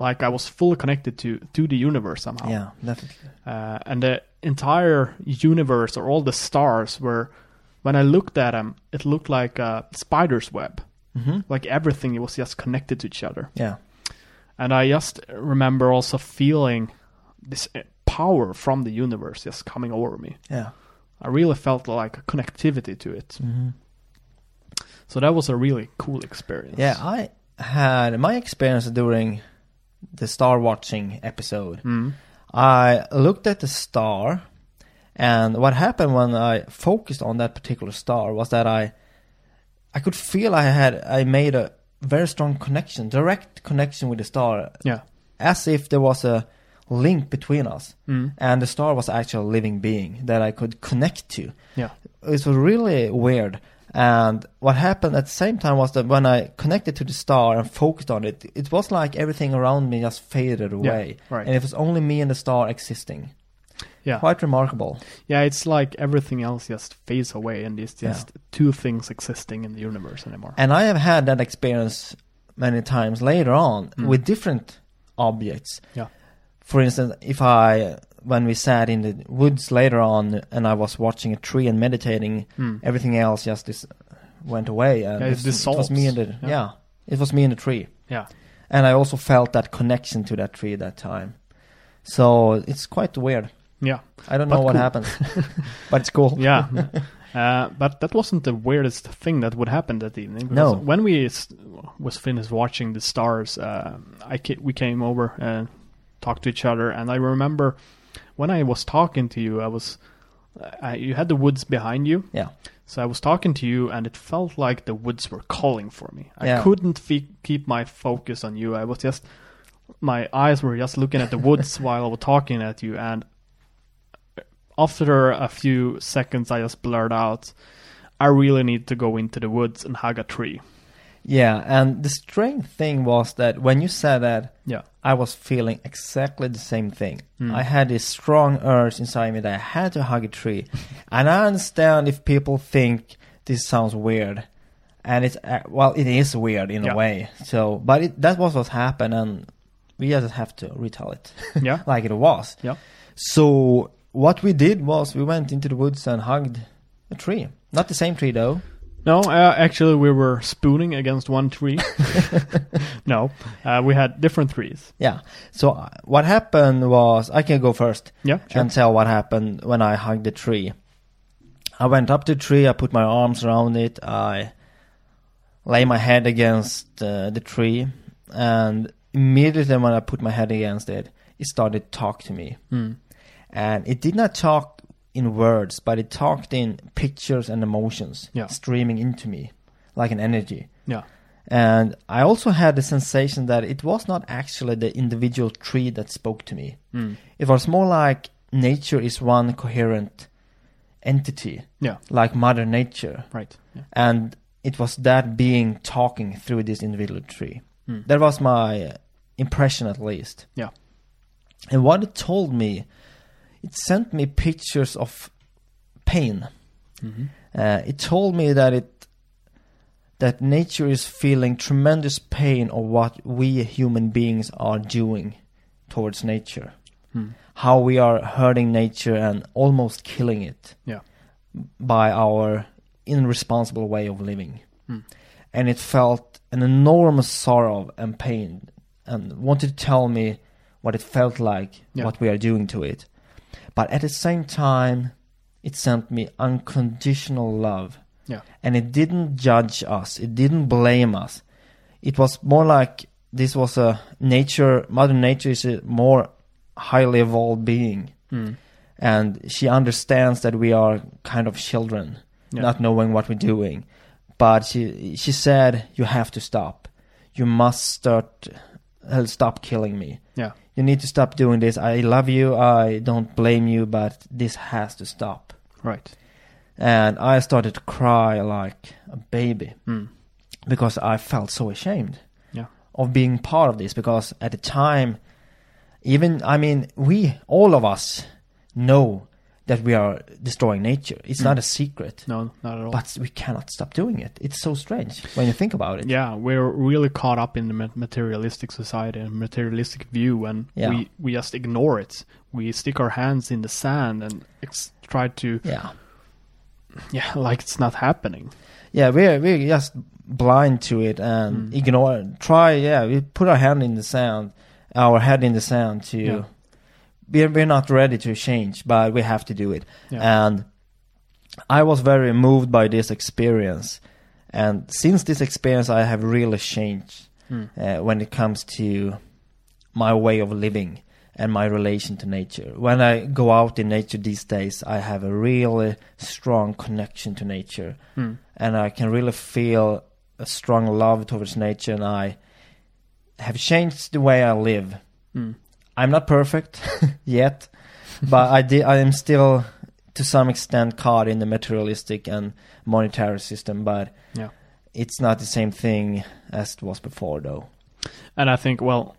Speaker 2: like i was fully connected to to the universe somehow
Speaker 1: Yeah, definitely.
Speaker 2: uh, and the entire universe or all the stars were when i looked at them it looked like a spider's web
Speaker 1: Mm-hmm.
Speaker 2: like everything was just connected to each other
Speaker 1: Yeah.
Speaker 2: and i just remember also feeling this uh, power from the universe just coming over me
Speaker 1: Yeah.
Speaker 2: i really felt like a connectivity to it
Speaker 1: Mm-hmm.
Speaker 2: so that was a really cool experience
Speaker 1: Yeah. I had my experience during the star watching episode.
Speaker 2: mm.
Speaker 1: I looked at the star, and what happened when I focused on that particular star was that I, I could feel I had I made a very strong connection, direct connection with the star,
Speaker 2: yeah
Speaker 1: as if there was a link between us.
Speaker 2: mm.
Speaker 1: and the star was actually a living being that I could connect to.
Speaker 2: yeah
Speaker 1: It was really weird. And what happened at the same time was that when I connected to the star and focused on it, it was like everything around me just faded away.
Speaker 2: right.
Speaker 1: And it was only me and the star existing.
Speaker 2: yeah
Speaker 1: Quite remarkable.
Speaker 2: yeah it's like everything else just fades away and it's
Speaker 1: Yeah.
Speaker 2: just two things existing in the universe anymore
Speaker 1: And I have had that experience many times later on
Speaker 2: Mm.
Speaker 1: with different objects.
Speaker 2: Yeah.
Speaker 1: For instance, if I when we sat in the woods later on and I was watching a tree and meditating,
Speaker 2: Hmm.
Speaker 1: everything else just dis- went away and
Speaker 2: Yeah, it
Speaker 1: it's- it was me and the
Speaker 2: dissolves.
Speaker 1: yeah.
Speaker 2: Yeah.
Speaker 1: it was me and the tree.
Speaker 2: Yeah.
Speaker 1: And I also felt that connection to that tree at that time. So it's quite weird.
Speaker 2: Yeah.
Speaker 1: I don't
Speaker 2: But
Speaker 1: know what
Speaker 2: cool. <laughs>
Speaker 1: happened, but it's cool. <laughs>
Speaker 2: yeah. Uh, but that wasn't the weirdest thing that would happen that evening.
Speaker 1: No.
Speaker 2: because When we s- was finished watching the stars, uh, I ca- we came over and talked to each other, and I remember when I was talking to you, I was I, you had the woods behind you.
Speaker 1: Yeah.
Speaker 2: So I was talking to you, and it felt like the woods were calling for me. I
Speaker 1: Yeah.
Speaker 2: couldn't fe- keep my focus on you. I was just my eyes were just looking at the
Speaker 1: <laughs>
Speaker 2: woods while I was talking at you, and after a few seconds, I just blurred out, "I really need to go into the woods and hug a
Speaker 1: <laughs>
Speaker 2: tree."
Speaker 1: Yeah, and the strange thing was that when you said that,
Speaker 2: Yeah.
Speaker 1: I was feeling exactly the same thing.
Speaker 2: Mm.
Speaker 1: I had this strong urge inside me that I had to hug a
Speaker 2: <laughs>
Speaker 1: tree, and I understand if people think this sounds weird, and it's uh, well, it is weird in
Speaker 2: Yeah.
Speaker 1: a way. So, but it, that was what happened, and we just have to retell it <laughs>
Speaker 2: Yeah.
Speaker 1: like it was.
Speaker 2: Yeah.
Speaker 1: So what we did was we went into the woods and hugged a tree. Not the same tree though.
Speaker 2: No, uh, actually, we were spooning against one
Speaker 1: <laughs>
Speaker 2: tree. no, uh, we had different trees.
Speaker 1: Yeah. So uh, what happened was I can go first.
Speaker 2: Yeah, sure.
Speaker 1: and tell what happened when I hugged the tree. I went up the tree, I put my arms around it, I lay my head against uh, the tree, and immediately when I put my head against it, it started to talk to me.
Speaker 2: Mm.
Speaker 1: And it did not talk in words, but it talked in pictures and emotions
Speaker 2: Yeah.
Speaker 1: streaming into me like an energy.
Speaker 2: Yeah.
Speaker 1: And I also had the sensation that it was not actually the individual tree that spoke to me.
Speaker 2: Mm.
Speaker 1: It was more like nature is one coherent entity,
Speaker 2: Yeah.
Speaker 1: like Mother Nature,
Speaker 2: Right. Yeah.
Speaker 1: and it was that being talking through this individual tree.
Speaker 2: Mm.
Speaker 1: That was my impression, at least.
Speaker 2: Yeah.
Speaker 1: And what it told me, it sent me pictures of pain.
Speaker 2: Mhm.
Speaker 1: Uh, it told me that it that nature is feeling tremendous pain of what we human beings are doing towards nature
Speaker 2: Mm.
Speaker 1: how we are hurting nature and almost killing it
Speaker 2: Yeah.
Speaker 1: by our irresponsible way of living.
Speaker 2: Mm.
Speaker 1: And it felt an enormous sorrow and pain and wanted to tell me what it felt like,
Speaker 2: Yeah.
Speaker 1: what we are doing to it. But at the same time, it sent me unconditional love.
Speaker 2: Yeah.
Speaker 1: And it didn't judge us, it didn't blame us. It was more like this was a nature, Mother Nature is a more highly evolved being
Speaker 2: Mm.
Speaker 1: and she understands that we are kind of children
Speaker 2: Yeah.
Speaker 1: not knowing what we're doing but she she said you have to stop you must start uh, stop killing me
Speaker 2: Yeah.
Speaker 1: you need to stop doing this i love you i don't blame you but this has to stop
Speaker 2: Right.
Speaker 1: and i started to cry like a baby
Speaker 2: Mm.
Speaker 1: because I felt so ashamed
Speaker 2: Yeah.
Speaker 1: of being part of this because at the time even I mean we all of us know that we are destroying nature. It's not
Speaker 2: Mm.
Speaker 1: a secret.
Speaker 2: No, not at all.
Speaker 1: But we cannot stop doing it. It's so strange when you think about it.
Speaker 2: yeah, we're really caught up in the ma- materialistic society and materialistic view, and
Speaker 1: Yeah.
Speaker 2: we, we just ignore it. We stick our hands in the sand and ex- try to, <laughs>
Speaker 1: Yeah.
Speaker 2: yeah, like it's not happening.
Speaker 1: Yeah, we're we're just blind to it and
Speaker 2: Mm.
Speaker 1: ignore try yeah, we put our hand in the sand our head in the sand to
Speaker 2: Yeah.
Speaker 1: we're we're not ready to change, but we have to do it.
Speaker 2: Yeah.
Speaker 1: And I was very moved by this experience. And since this experience, I have really changed
Speaker 2: Mm.
Speaker 1: uh, when it comes to my way of living and my relation to nature. When I go out in nature these days, I have a really strong connection to nature.
Speaker 2: Mm.
Speaker 1: And I can really feel a strong love towards nature. And I have changed the way I live.
Speaker 2: Mm.
Speaker 1: I'm not perfect <laughs> yet, but I di- I am still to some extent caught in the materialistic and monetary system, but
Speaker 2: Yeah.
Speaker 1: it's not the same thing as it was before, though.
Speaker 2: And I think, well,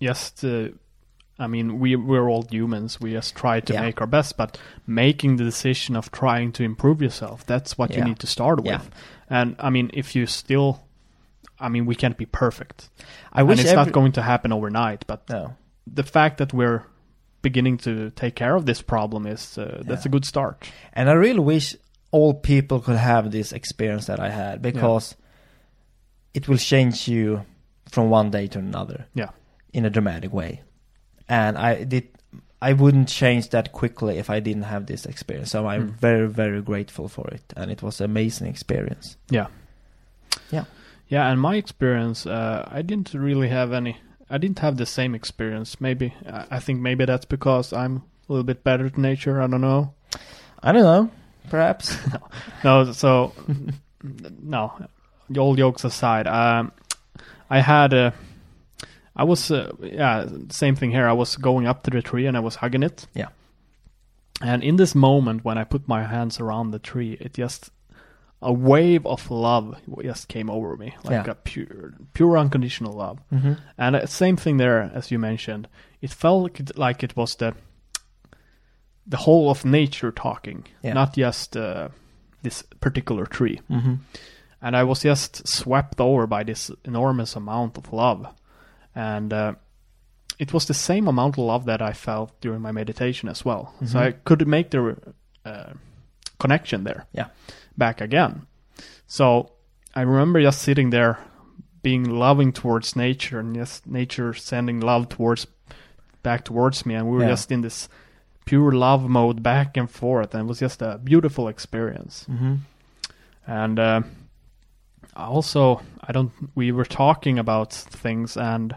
Speaker 2: just, uh, I mean, we, we're all humans. We just try to
Speaker 1: Yeah.
Speaker 2: make our best, but making the decision of trying to improve yourself, that's what
Speaker 1: Yeah.
Speaker 2: you need to start with.
Speaker 1: Yeah.
Speaker 2: And I mean, if you still I mean, we can't be perfect.
Speaker 1: I wish
Speaker 2: and it's
Speaker 1: every-
Speaker 2: not going to happen overnight, but
Speaker 1: No.
Speaker 2: the fact that we're beginning to take care of this problem is uh, that's
Speaker 1: Yeah.
Speaker 2: a good start.
Speaker 1: And I really wish all people could have this experience that I had because it will change you from one day to another.
Speaker 2: Yeah.
Speaker 1: In a dramatic way. And I did I wouldn't change that quickly if I didn't have this experience. So I'm
Speaker 2: Mm.
Speaker 1: very, very grateful for it. And it was an amazing experience.
Speaker 2: Yeah, and my experience, uh, I didn't really have any. I didn't have the same experience. Maybe I I think maybe that's because I'm a little bit better at nature. I don't know.
Speaker 1: I don't know.
Speaker 2: <laughs>
Speaker 1: Perhaps.
Speaker 2: No, so <laughs> no. All jokes aside, um, I had a. I was uh, yeah, same thing here. I was going up to the tree and I was hugging it.
Speaker 1: Yeah.
Speaker 2: And in this moment, when I put my hands around the tree, it just a wave of love just came over me, like
Speaker 1: Yeah.
Speaker 2: a pure, pure unconditional love.
Speaker 1: mm-hmm.
Speaker 2: And uh, same thing there, as you mentioned. It felt like it, like it was the the whole of nature talking,
Speaker 1: Yeah.
Speaker 2: not just uh, this particular tree.
Speaker 1: Mm-hmm.
Speaker 2: And I was just swept over by this enormous amount of love, and uh, it was the same amount of love that I felt during my meditation as well. So
Speaker 1: Mhm.
Speaker 2: I could make the uh, connection there.
Speaker 1: Yeah.
Speaker 2: Back again. So I remember just sitting there being loving towards nature and just nature sending love towards back towards me and we were
Speaker 1: Yeah.
Speaker 2: just in this pure love mode back and forth and it was just a beautiful experience
Speaker 1: Mm-hmm.
Speaker 2: and uh, I also i don't we were talking about things and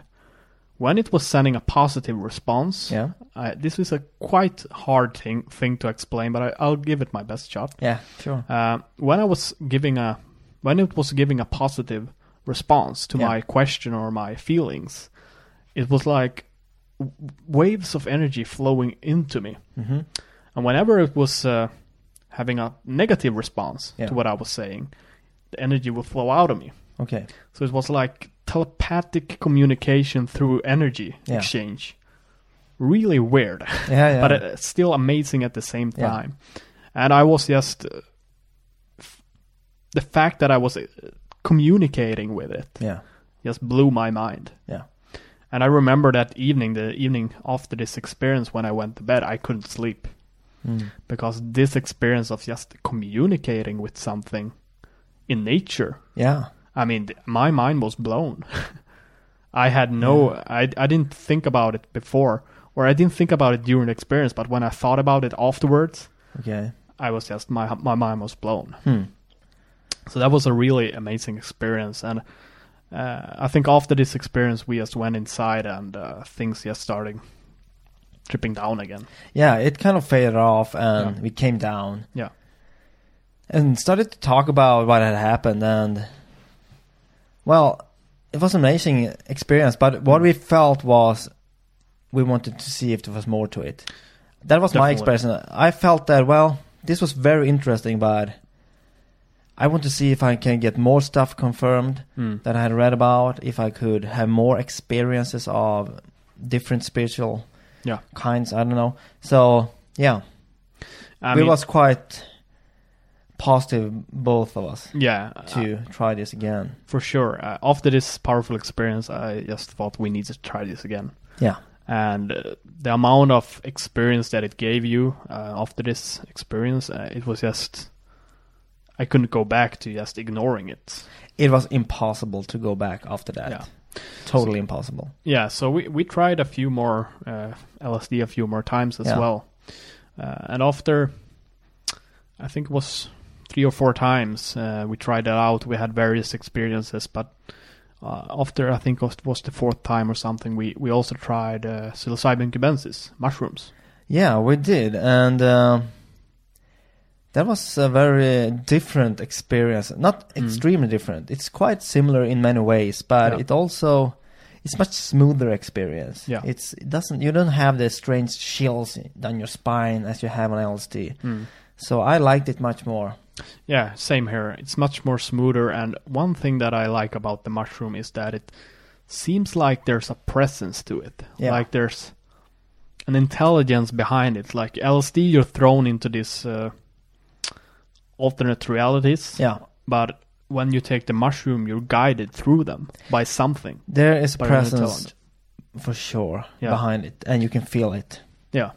Speaker 2: when it was sending a positive response
Speaker 1: Yeah.
Speaker 2: I, this is a quite hard thing thing to explain but I, i'll give it my best shot
Speaker 1: Yeah. Sure.
Speaker 2: uh, when I was giving a when it was giving a positive response to
Speaker 1: Yeah.
Speaker 2: my question or my feelings, it was like w- waves of energy flowing into me.
Speaker 1: Mm-hmm.
Speaker 2: And whenever it was uh, having a negative response
Speaker 1: Yeah.
Speaker 2: to what I was saying, the energy would flow out of me.
Speaker 1: Okay.
Speaker 2: So it was like telepathic communication through energy
Speaker 1: Yeah.
Speaker 2: exchange. Really weird <laughs>
Speaker 1: Yeah. Yeah.
Speaker 2: but it's still amazing at the same
Speaker 1: Yeah.
Speaker 2: time. And I was just uh, f- the fact that I was uh, communicating with it
Speaker 1: yeah.
Speaker 2: just blew my mind.
Speaker 1: Yeah.
Speaker 2: And I remember that evening, the evening after this experience when I went to bed, I couldn't sleep
Speaker 1: Mm.
Speaker 2: because this experience of just communicating with something in nature.
Speaker 1: Yeah.
Speaker 2: I mean, th- my mind was blown. <laughs> I had no, I, I didn't think about it before, or I didn't think about it during the experience, but when I thought about it afterwards,
Speaker 1: Okay.
Speaker 2: I was just my my mind was blown.
Speaker 1: Hmm.
Speaker 2: So that was a really amazing experience, and uh, I think after this experience, we just went inside and uh, things just starting tripping down again.
Speaker 1: Yeah, it kind of faded off, and
Speaker 2: Yeah.
Speaker 1: we came down.
Speaker 2: Yeah.
Speaker 1: and started to talk about what had happened, and well, it was an amazing experience. But what we felt was we wanted to see if there was more to it. That was my
Speaker 2: Definitely.
Speaker 1: expression. I felt that well, this was very interesting, but I want to see if I can get more stuff confirmed that I had read about, if I could have more experiences of different spiritual
Speaker 2: Yeah.
Speaker 1: kinds, I don't know. So yeah,
Speaker 2: I
Speaker 1: we
Speaker 2: mean,
Speaker 1: was quite positive, both of us,
Speaker 2: yeah, uh,
Speaker 1: to try this again.
Speaker 2: for sure. Uh, after this powerful experience, I just thought we need to try this again.
Speaker 1: Yeah,
Speaker 2: and uh, the amount of experience that it gave you uh, after this experience uh, it was just i couldn't go back to just ignoring it
Speaker 1: it was impossible to go back after that.
Speaker 2: Yeah.
Speaker 1: Totally impossible.
Speaker 2: yeah so we, we tried a few more uh, lsd a few more times as
Speaker 1: Yeah.
Speaker 2: well uh, and after i think it was three or four times uh, we tried it out we had various experiences but uh, after i think it was the fourth time or something we, we also tried uh, psilocybin cubensis mushrooms
Speaker 1: Yeah, we did, and um that was a very different experience. Not
Speaker 2: Mm.
Speaker 1: extremely different. It's quite similar in many ways, but
Speaker 2: Yeah.
Speaker 1: it also it's much smoother experience.
Speaker 2: Yeah.
Speaker 1: it's it doesn't you don't have the strange chills down your spine as you have on LSD. So I liked it much more.
Speaker 2: Yeah, same here. It's much more smoother. And one thing that I like about the mushroom is that it seems like there's a presence to it.
Speaker 1: Yeah.
Speaker 2: Like there's an intelligence behind it. Like LSD, you're thrown into this uh, alternate realities.
Speaker 1: Yeah,
Speaker 2: But when you take the mushroom, you're guided through them by something.
Speaker 1: There is
Speaker 2: By an
Speaker 1: presence
Speaker 2: intelligence.
Speaker 1: for sure
Speaker 2: Yeah.
Speaker 1: behind it, and you can feel it.
Speaker 2: Yeah.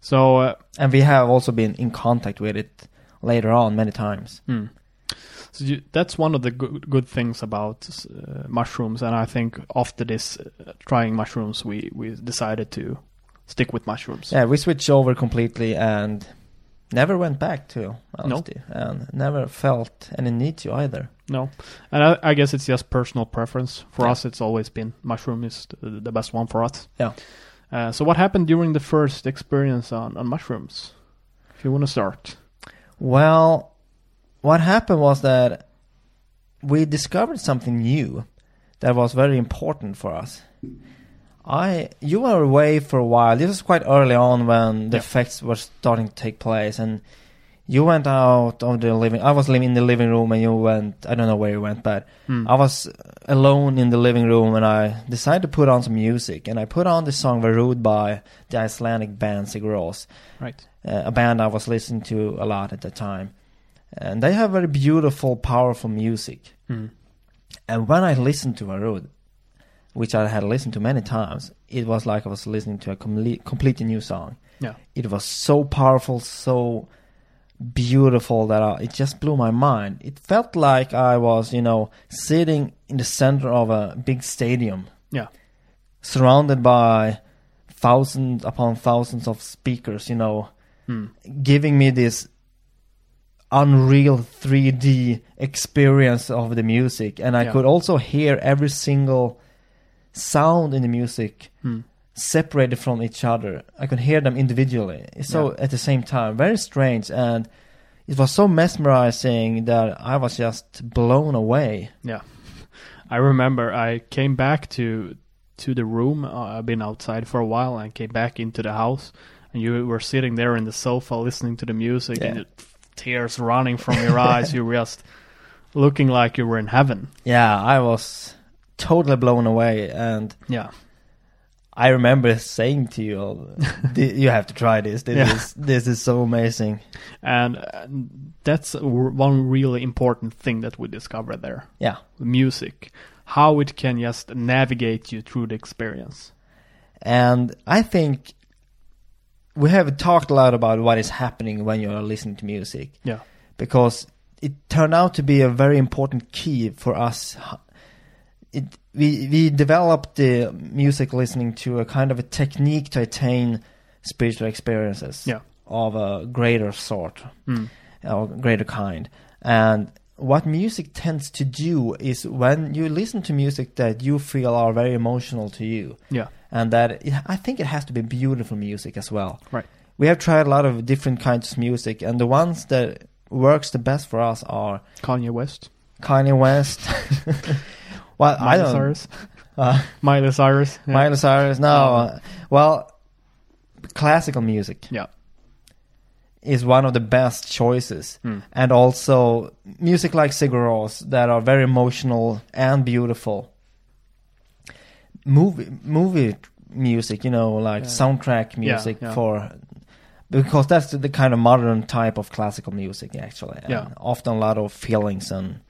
Speaker 2: So uh,
Speaker 1: And we have also been in contact with it later on many times.
Speaker 2: Hmm. So you, that's one of the good, good things about uh, mushrooms, and I think after this uh, trying mushrooms, we we decided to stick with mushrooms.
Speaker 1: Yeah, we switched over completely and never went back to LSD and never felt any need to either.
Speaker 2: No, and I, I guess it's just personal preference. For
Speaker 1: Yeah.
Speaker 2: us, it's always been mushroom is the, the best one for us.
Speaker 1: Yeah.
Speaker 2: Uh, so what happened during the first experience on, on mushrooms? If you want to start.
Speaker 1: Well, what happened was that we discovered something new that was very important for us. I you were away for a while. This was quite early on when the
Speaker 2: Yeah.
Speaker 1: effects were starting to take place and you went out of the living I was living in the living room and you went I don't know where you went but
Speaker 2: Hmm.
Speaker 1: I was alone in the living room and I decided to put on some music and I put on the song Varud by the Icelandic band Sigur Rós
Speaker 2: Right.
Speaker 1: uh, a band I was listening to a lot at the time. And they have very beautiful, powerful music.
Speaker 2: Hmm.
Speaker 1: And when I listened to Varud, which I had listened to many times, it was like I was listening to a complete, completely new song.
Speaker 2: Yeah.
Speaker 1: It was so powerful, so beautiful that I, it just blew my mind. It felt like I was, you know, sitting in the center of a big stadium.
Speaker 2: Yeah.
Speaker 1: Surrounded by thousands upon thousands of speakers, you know,
Speaker 2: Hmm.
Speaker 1: giving me this unreal 3D experience of the music and I
Speaker 2: Yeah.
Speaker 1: could also hear every single sound in the music
Speaker 2: Hmm.
Speaker 1: separated from each other. I could hear them individually. So at the same time, very strange and it was so mesmerizing that I was just blown away.
Speaker 2: I remember I came back to to the room. Uh, I've been outside for a while and came back into the house, and you were sitting there in the sofa listening to the music, and
Speaker 1: Yeah.
Speaker 2: it, tears running from
Speaker 1: <laughs>
Speaker 2: your eyes. You were just looking like you were in heaven.
Speaker 1: Yeah, I was totally blown away and
Speaker 2: Yeah,
Speaker 1: I remember saying to <laughs> you, "Th- you have to try this. This,
Speaker 2: Yeah.
Speaker 1: is, this is so amazing.
Speaker 2: and uh, that's a r- one really important thing that we discovered there:
Speaker 1: Yeah.
Speaker 2: music, how it can just navigate you through the experience.
Speaker 1: And I think we have talked a lot about what is happening when you're listening to music
Speaker 2: Yeah,
Speaker 1: because it turned out to be a very important key for us. It, we, we developed the music listening to a kind of a technique to attain spiritual experiences
Speaker 2: Yeah.
Speaker 1: of a greater sort
Speaker 2: Mm.
Speaker 1: or greater kind. And what music tends to do is when you listen to music that you feel are very emotional to you,
Speaker 2: yeah,
Speaker 1: and that it, I think it has to be beautiful music as well.
Speaker 2: Right.
Speaker 1: We have tried a lot of different kinds of music, and the ones that works the best for us are
Speaker 2: Kanye West,
Speaker 1: Kanye West. <laughs> well, I
Speaker 2: Miley
Speaker 1: don't.
Speaker 2: Cyrus,
Speaker 1: Uh,
Speaker 2: <laughs> Miley Cyrus, yeah.
Speaker 1: Miley Cyrus. No.
Speaker 2: Oh.
Speaker 1: well, classical music
Speaker 2: yeah.
Speaker 1: is one of the best choices,
Speaker 2: Mm.
Speaker 1: and also music like Sigur Rós that are very emotional and beautiful. Movie movie music, you know, like
Speaker 2: Yeah.
Speaker 1: soundtrack
Speaker 2: Yeah,
Speaker 1: music
Speaker 2: yeah.
Speaker 1: for because that's the kind of modern type of classical music actually. and
Speaker 2: Yeah.
Speaker 1: Often a lot of feelings and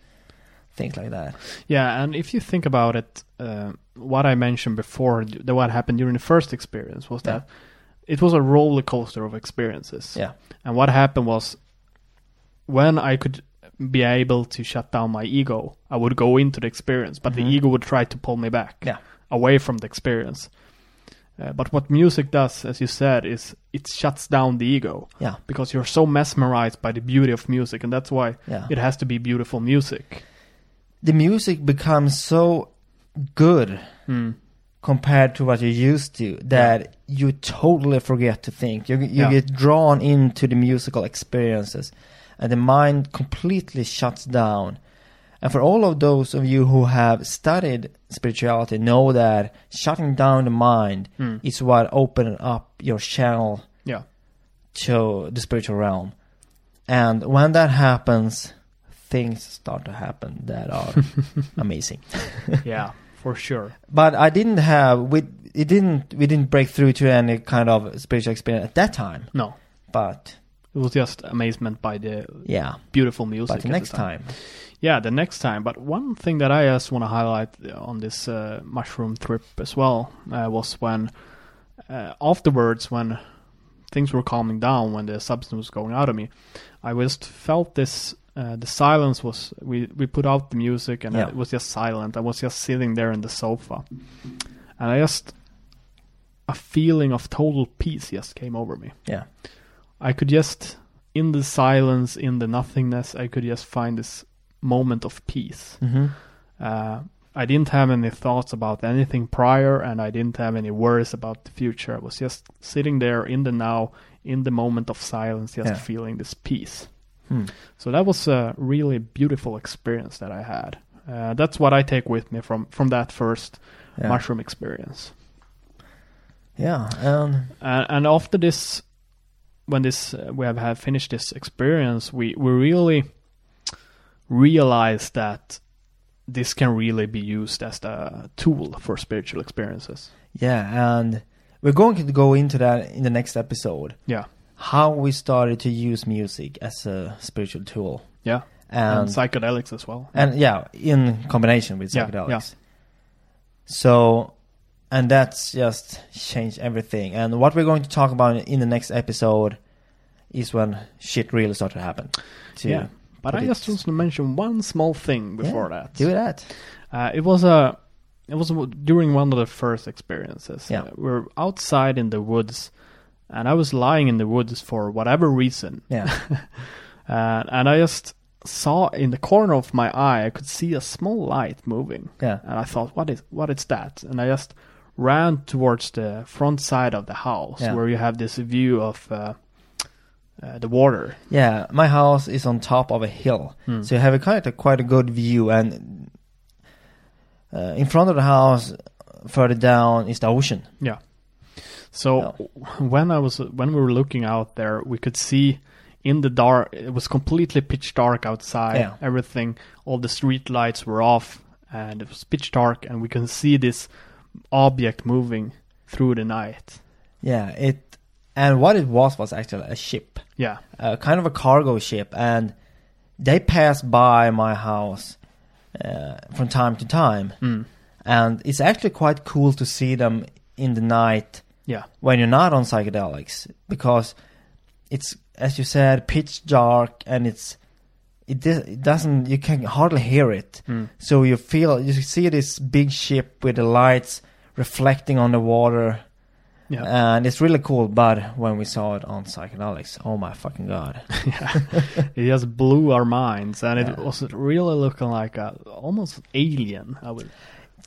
Speaker 1: things like that.
Speaker 2: Yeah, and if you think about it, uh, what I mentioned before, th- that what happened during the first experience was that it was a roller coaster of experiences.
Speaker 1: Yeah.
Speaker 2: And what happened was when I could be able to shut down my ego, I would go into the experience, but
Speaker 1: Mhm.
Speaker 2: the ego would try to pull me back
Speaker 1: Yeah.
Speaker 2: away from the experience. Uh, but what music does, as you said, is it shuts down the ego
Speaker 1: Yeah.
Speaker 2: because you're so mesmerized by the beauty of music, and that's why
Speaker 1: Yeah.
Speaker 2: it has to be beautiful music.
Speaker 1: The music becomes so good
Speaker 2: Mm.
Speaker 1: compared to what you're used to that you totally forget to think. You you
Speaker 2: Yeah.
Speaker 1: get drawn into the musical experiences, and the mind completely shuts down. And for all of those of you who have studied spirituality, know that shutting down the mind
Speaker 2: Mm.
Speaker 1: is what opened up your channel
Speaker 2: Yeah.
Speaker 1: to the spiritual realm. And when that happens, things start to happen that
Speaker 2: <laughs>
Speaker 1: are amazing
Speaker 2: yeah, for sure.
Speaker 1: but I didn't have we it didn't we didn't break through to any kind of spiritual experience at that time.
Speaker 2: No,
Speaker 1: But
Speaker 2: it was just amazement by the
Speaker 1: yeah,
Speaker 2: beautiful music.
Speaker 1: but
Speaker 2: at
Speaker 1: next
Speaker 2: the
Speaker 1: time.
Speaker 2: Yeah, the next time. But one thing that I just want to highlight on this uh, mushroom trip as well uh, was when uh, afterwards, when things were calming down, when the substance was going out of me, I just felt this. Uh, the silence was. We we put out the music and
Speaker 1: Yeah.
Speaker 2: it was just silent. I was just sitting there in the sofa, and I just a feeling of total peace just came over me.
Speaker 1: Yeah.
Speaker 2: I could just, in the silence, in the nothingness, I could just find this moment of peace.
Speaker 1: Mm-hmm.
Speaker 2: Uh, I didn't have any thoughts about anything prior, and I didn't have any worries about the future. I was just sitting there in the now, in the moment of silence, just
Speaker 1: Yeah.
Speaker 2: feeling this peace.
Speaker 1: Hmm.
Speaker 2: So that was a really beautiful experience that I had. Uh, that's what I take with me from from that first
Speaker 1: Yeah.
Speaker 2: mushroom experience.
Speaker 1: yeah. Um,
Speaker 2: and, and after this when this uh, we have had finished this experience we we really realize that this can really be used as a tool for spiritual experiences
Speaker 1: yeah. And we're going to go into that in the next episode.
Speaker 2: yeah
Speaker 1: How we started to use music as a spiritual tool.
Speaker 2: yeah
Speaker 1: And
Speaker 2: and, psychedelics as well
Speaker 1: and yeah, in combination with
Speaker 2: Yeah,
Speaker 1: psychedelics.
Speaker 2: yeah.
Speaker 1: So, and that's just changed everything. And what we're going to talk about in the next episode is when shit really started to happen. To
Speaker 2: yeah but
Speaker 1: put
Speaker 2: i
Speaker 1: it-
Speaker 2: just want to mention one small thing before
Speaker 1: Yeah,
Speaker 2: that
Speaker 1: do that.
Speaker 2: Uh, it was a it was during one of the first experiences.
Speaker 1: Yeah.
Speaker 2: Uh, we're outside in the woods, and I was lying in the woods for whatever reason.
Speaker 1: Yeah.
Speaker 2: <laughs> Uh, and I just saw in the corner of my eye, I could see a small light moving,
Speaker 1: Yeah.
Speaker 2: and I thought, "What is what is that?" And I just ran towards the front side of the house
Speaker 1: Yeah.
Speaker 2: where you have this view of uh, uh, the water.
Speaker 1: Yeah, my house is on top of a hill,
Speaker 2: Hmm.
Speaker 1: so you have a kind of quite a good view. And uh, in front of the house, further down is the ocean.
Speaker 2: Yeah. So <laughs> when I was when we were looking out there, we could see in the dark. It was completely pitch dark outside.
Speaker 1: Yeah.
Speaker 2: Everything, all the street lights were off, and it was pitch dark, and we can see this object moving through the night.
Speaker 1: Yeah, it and what it was was actually a ship,
Speaker 2: Yeah.
Speaker 1: uh, kind of a cargo ship, and they passed by my house uh, from time to time,
Speaker 2: Mm.
Speaker 1: and it's actually quite cool to see them in the night
Speaker 2: Yeah.
Speaker 1: when you're not on psychedelics because it's as you said pitch dark and it's it, di- it doesn't you can hardly hear it
Speaker 2: Mm.
Speaker 1: so you feel you see this big ship with the lights reflecting on the water
Speaker 2: Yeah.
Speaker 1: and it's really cool but when we saw it on psychedelics oh my fucking god
Speaker 2: yeah. it just blew our minds, and it
Speaker 1: Yeah.
Speaker 2: was really looking like a almost alien. I would.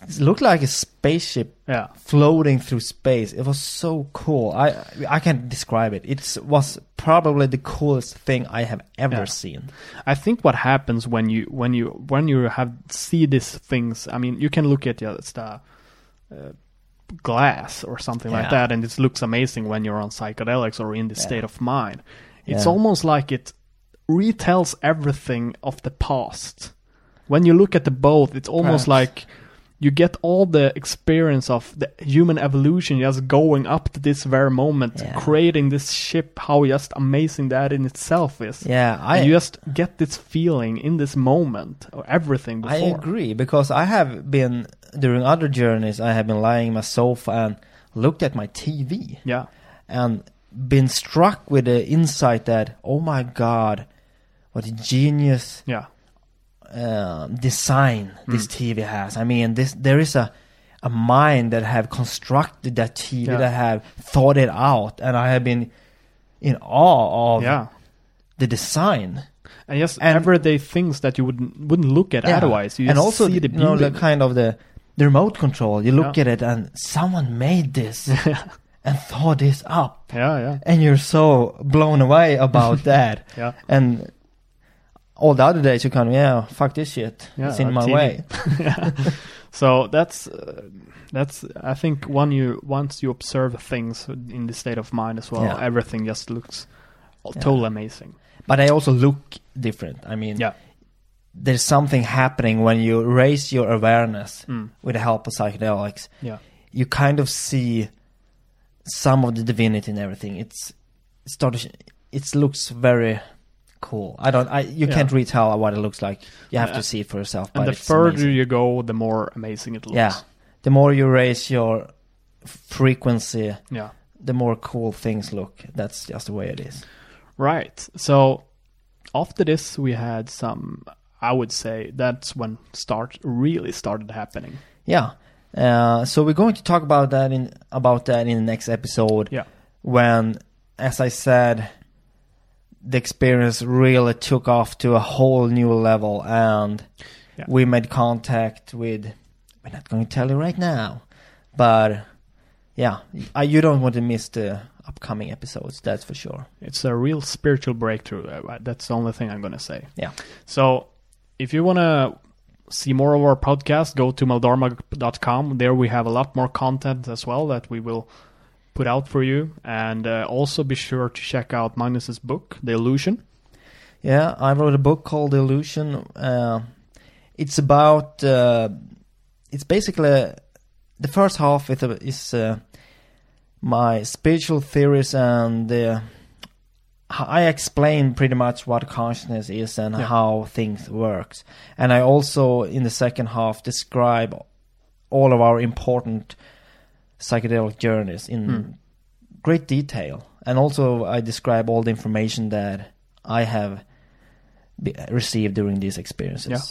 Speaker 1: it looked like a spaceship
Speaker 2: Yeah.
Speaker 1: floating through space it was so cool i i can't describe it it was probably the coolest thing i have ever
Speaker 2: Yeah.
Speaker 1: seen
Speaker 2: I think what happens when you when you when you have see these things. I mean, you can look at yeah, it's the uh, glass or something like
Speaker 1: Yeah.
Speaker 2: that, and it looks amazing when you're on psychedelics or in this
Speaker 1: Yeah.
Speaker 2: state of mind. It's
Speaker 1: Yeah.
Speaker 2: almost like it retells everything of the past. When you look at the boat, it's almost
Speaker 1: Perhaps.
Speaker 2: like you get all the experience of the human evolution just going up to this very moment,
Speaker 1: Yeah.
Speaker 2: creating this ship. How just amazing that in itself is.
Speaker 1: yeah i
Speaker 2: And you just get this feeling in this moment or everything
Speaker 1: I
Speaker 2: before.
Speaker 1: agree because I have been during other journeys. I have been lying on my sofa and looked at my TV
Speaker 2: Yeah,
Speaker 1: and been struck with the insight that oh my god, what a genius
Speaker 2: yeah,
Speaker 1: uh, design this
Speaker 2: Hmm.
Speaker 1: TV has. I mean, this there is a a mind that have constructed that TV
Speaker 2: Yeah.
Speaker 1: that have thought it out, and I have been in awe of
Speaker 2: yeah.
Speaker 1: the design.
Speaker 2: And yes,
Speaker 1: And-
Speaker 2: everyday things that you wouldn't wouldn't look at
Speaker 1: Yeah.
Speaker 2: otherwise. You
Speaker 1: and
Speaker 2: just
Speaker 1: also
Speaker 2: see the
Speaker 1: you know,
Speaker 2: beauty.
Speaker 1: the kind of the the remote control. You look
Speaker 2: Yeah.
Speaker 1: at it and someone made
Speaker 2: <laughs>
Speaker 1: this and thought this up,
Speaker 2: yeah, yeah,
Speaker 1: and you're so blown away
Speaker 2: <laughs>
Speaker 1: about that.
Speaker 2: yeah.
Speaker 1: And all the other days you kind of yeah, fuck this shit.
Speaker 2: Yeah,
Speaker 1: it's in
Speaker 2: on
Speaker 1: my
Speaker 2: TV.
Speaker 1: way.
Speaker 2: So that's uh, that's I think when you once you observe things in the state of mind as well,
Speaker 1: Yeah.
Speaker 2: everything just looks
Speaker 1: Yeah.
Speaker 2: totally amazing.
Speaker 1: But I also look different. I mean,
Speaker 2: Yeah.
Speaker 1: there's something happening when you raise your awareness
Speaker 2: Mm.
Speaker 1: with the help of psychedelics.
Speaker 2: Yeah,
Speaker 1: you kind of see some of the divinity in everything. It's it started. It looks very cool. I don't. I you
Speaker 2: Yeah.
Speaker 1: can't read how what it looks like. You have
Speaker 2: Yeah.
Speaker 1: to see it for yourself.
Speaker 2: and
Speaker 1: but
Speaker 2: the
Speaker 1: it's
Speaker 2: further
Speaker 1: amazing.
Speaker 2: you go, the more amazing it looks.
Speaker 1: Yeah. the more you raise your frequency,
Speaker 2: Yeah.
Speaker 1: the more cool things look. That's just the way it is.
Speaker 2: Right. So after this, we had some. I would say that's when start really started happening.
Speaker 1: Yeah. Uh, so we're going to talk about that in about that in the next episode.
Speaker 2: Yeah.
Speaker 1: When, as I said, the experience really took off to a whole new level, and
Speaker 2: Yeah.
Speaker 1: we made contact with. We're not going to tell you right now, but yeah, I, you don't want to miss the upcoming episodes. That's for sure.
Speaker 2: It's a real spiritual breakthrough. uh, That's the only thing I'm gonna say.
Speaker 1: Yeah.
Speaker 2: So if you wanna see more of our podcast, go to maldorma.com. There we have a lot more content as well that we will put out for you, and uh, also be sure to check out Magnus's book, The Illusion.
Speaker 1: Yeah, I wrote a book called Illusion. Uh, it's about. Uh, it's basically the first half is, is uh, my spiritual theories and uh, I explain pretty much what consciousness is and
Speaker 2: Yeah.
Speaker 1: how things works. And I also in the second half describe all of our important psychedelic journeys in
Speaker 2: Hmm.
Speaker 1: great detail. And also I describe all the information that I have be- received during these experiences.
Speaker 2: Yeah.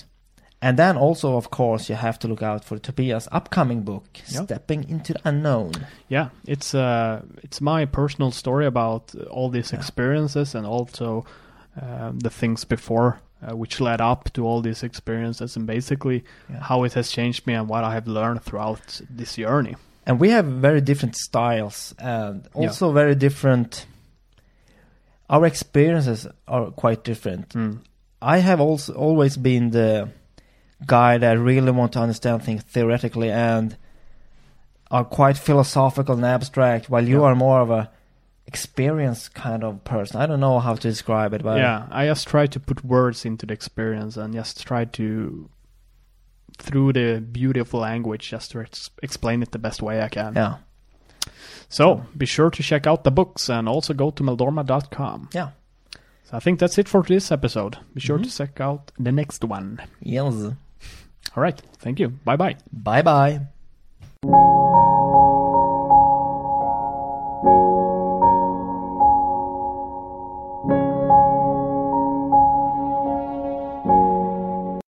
Speaker 1: And then also, of course, you have to look out for Tobias' upcoming book,
Speaker 2: Yeah.
Speaker 1: Stepping into the Unknown.
Speaker 2: Yeah, it's uh, it's my personal story about all these
Speaker 1: Yeah.
Speaker 2: experiences and also um, the things before, uh, which led up to all these experiences, and basically
Speaker 1: Yeah.
Speaker 2: how it has changed me and what I have learned throughout this journey.
Speaker 1: And we have very different styles and
Speaker 2: Yeah.
Speaker 1: also very different. Our experiences are quite different. I have also always been the guy that really want to understand things theoretically and are quite philosophical and abstract, while you
Speaker 2: Yeah.
Speaker 1: are more of a experienced kind of person. I don't know how to describe it, but
Speaker 2: yeah, I just try to put words into the experience and just try to through the beautiful language just to ex- explain it the best way I can.
Speaker 1: yeah.
Speaker 2: So be sure to check out the books and also go to meldorma.com.
Speaker 1: Yeah.
Speaker 2: So I think that's it for this episode. Be sure
Speaker 1: Mhm.
Speaker 2: to check out the next one.
Speaker 1: Yes.
Speaker 2: All right. Thank you. Bye bye.
Speaker 1: Bye bye.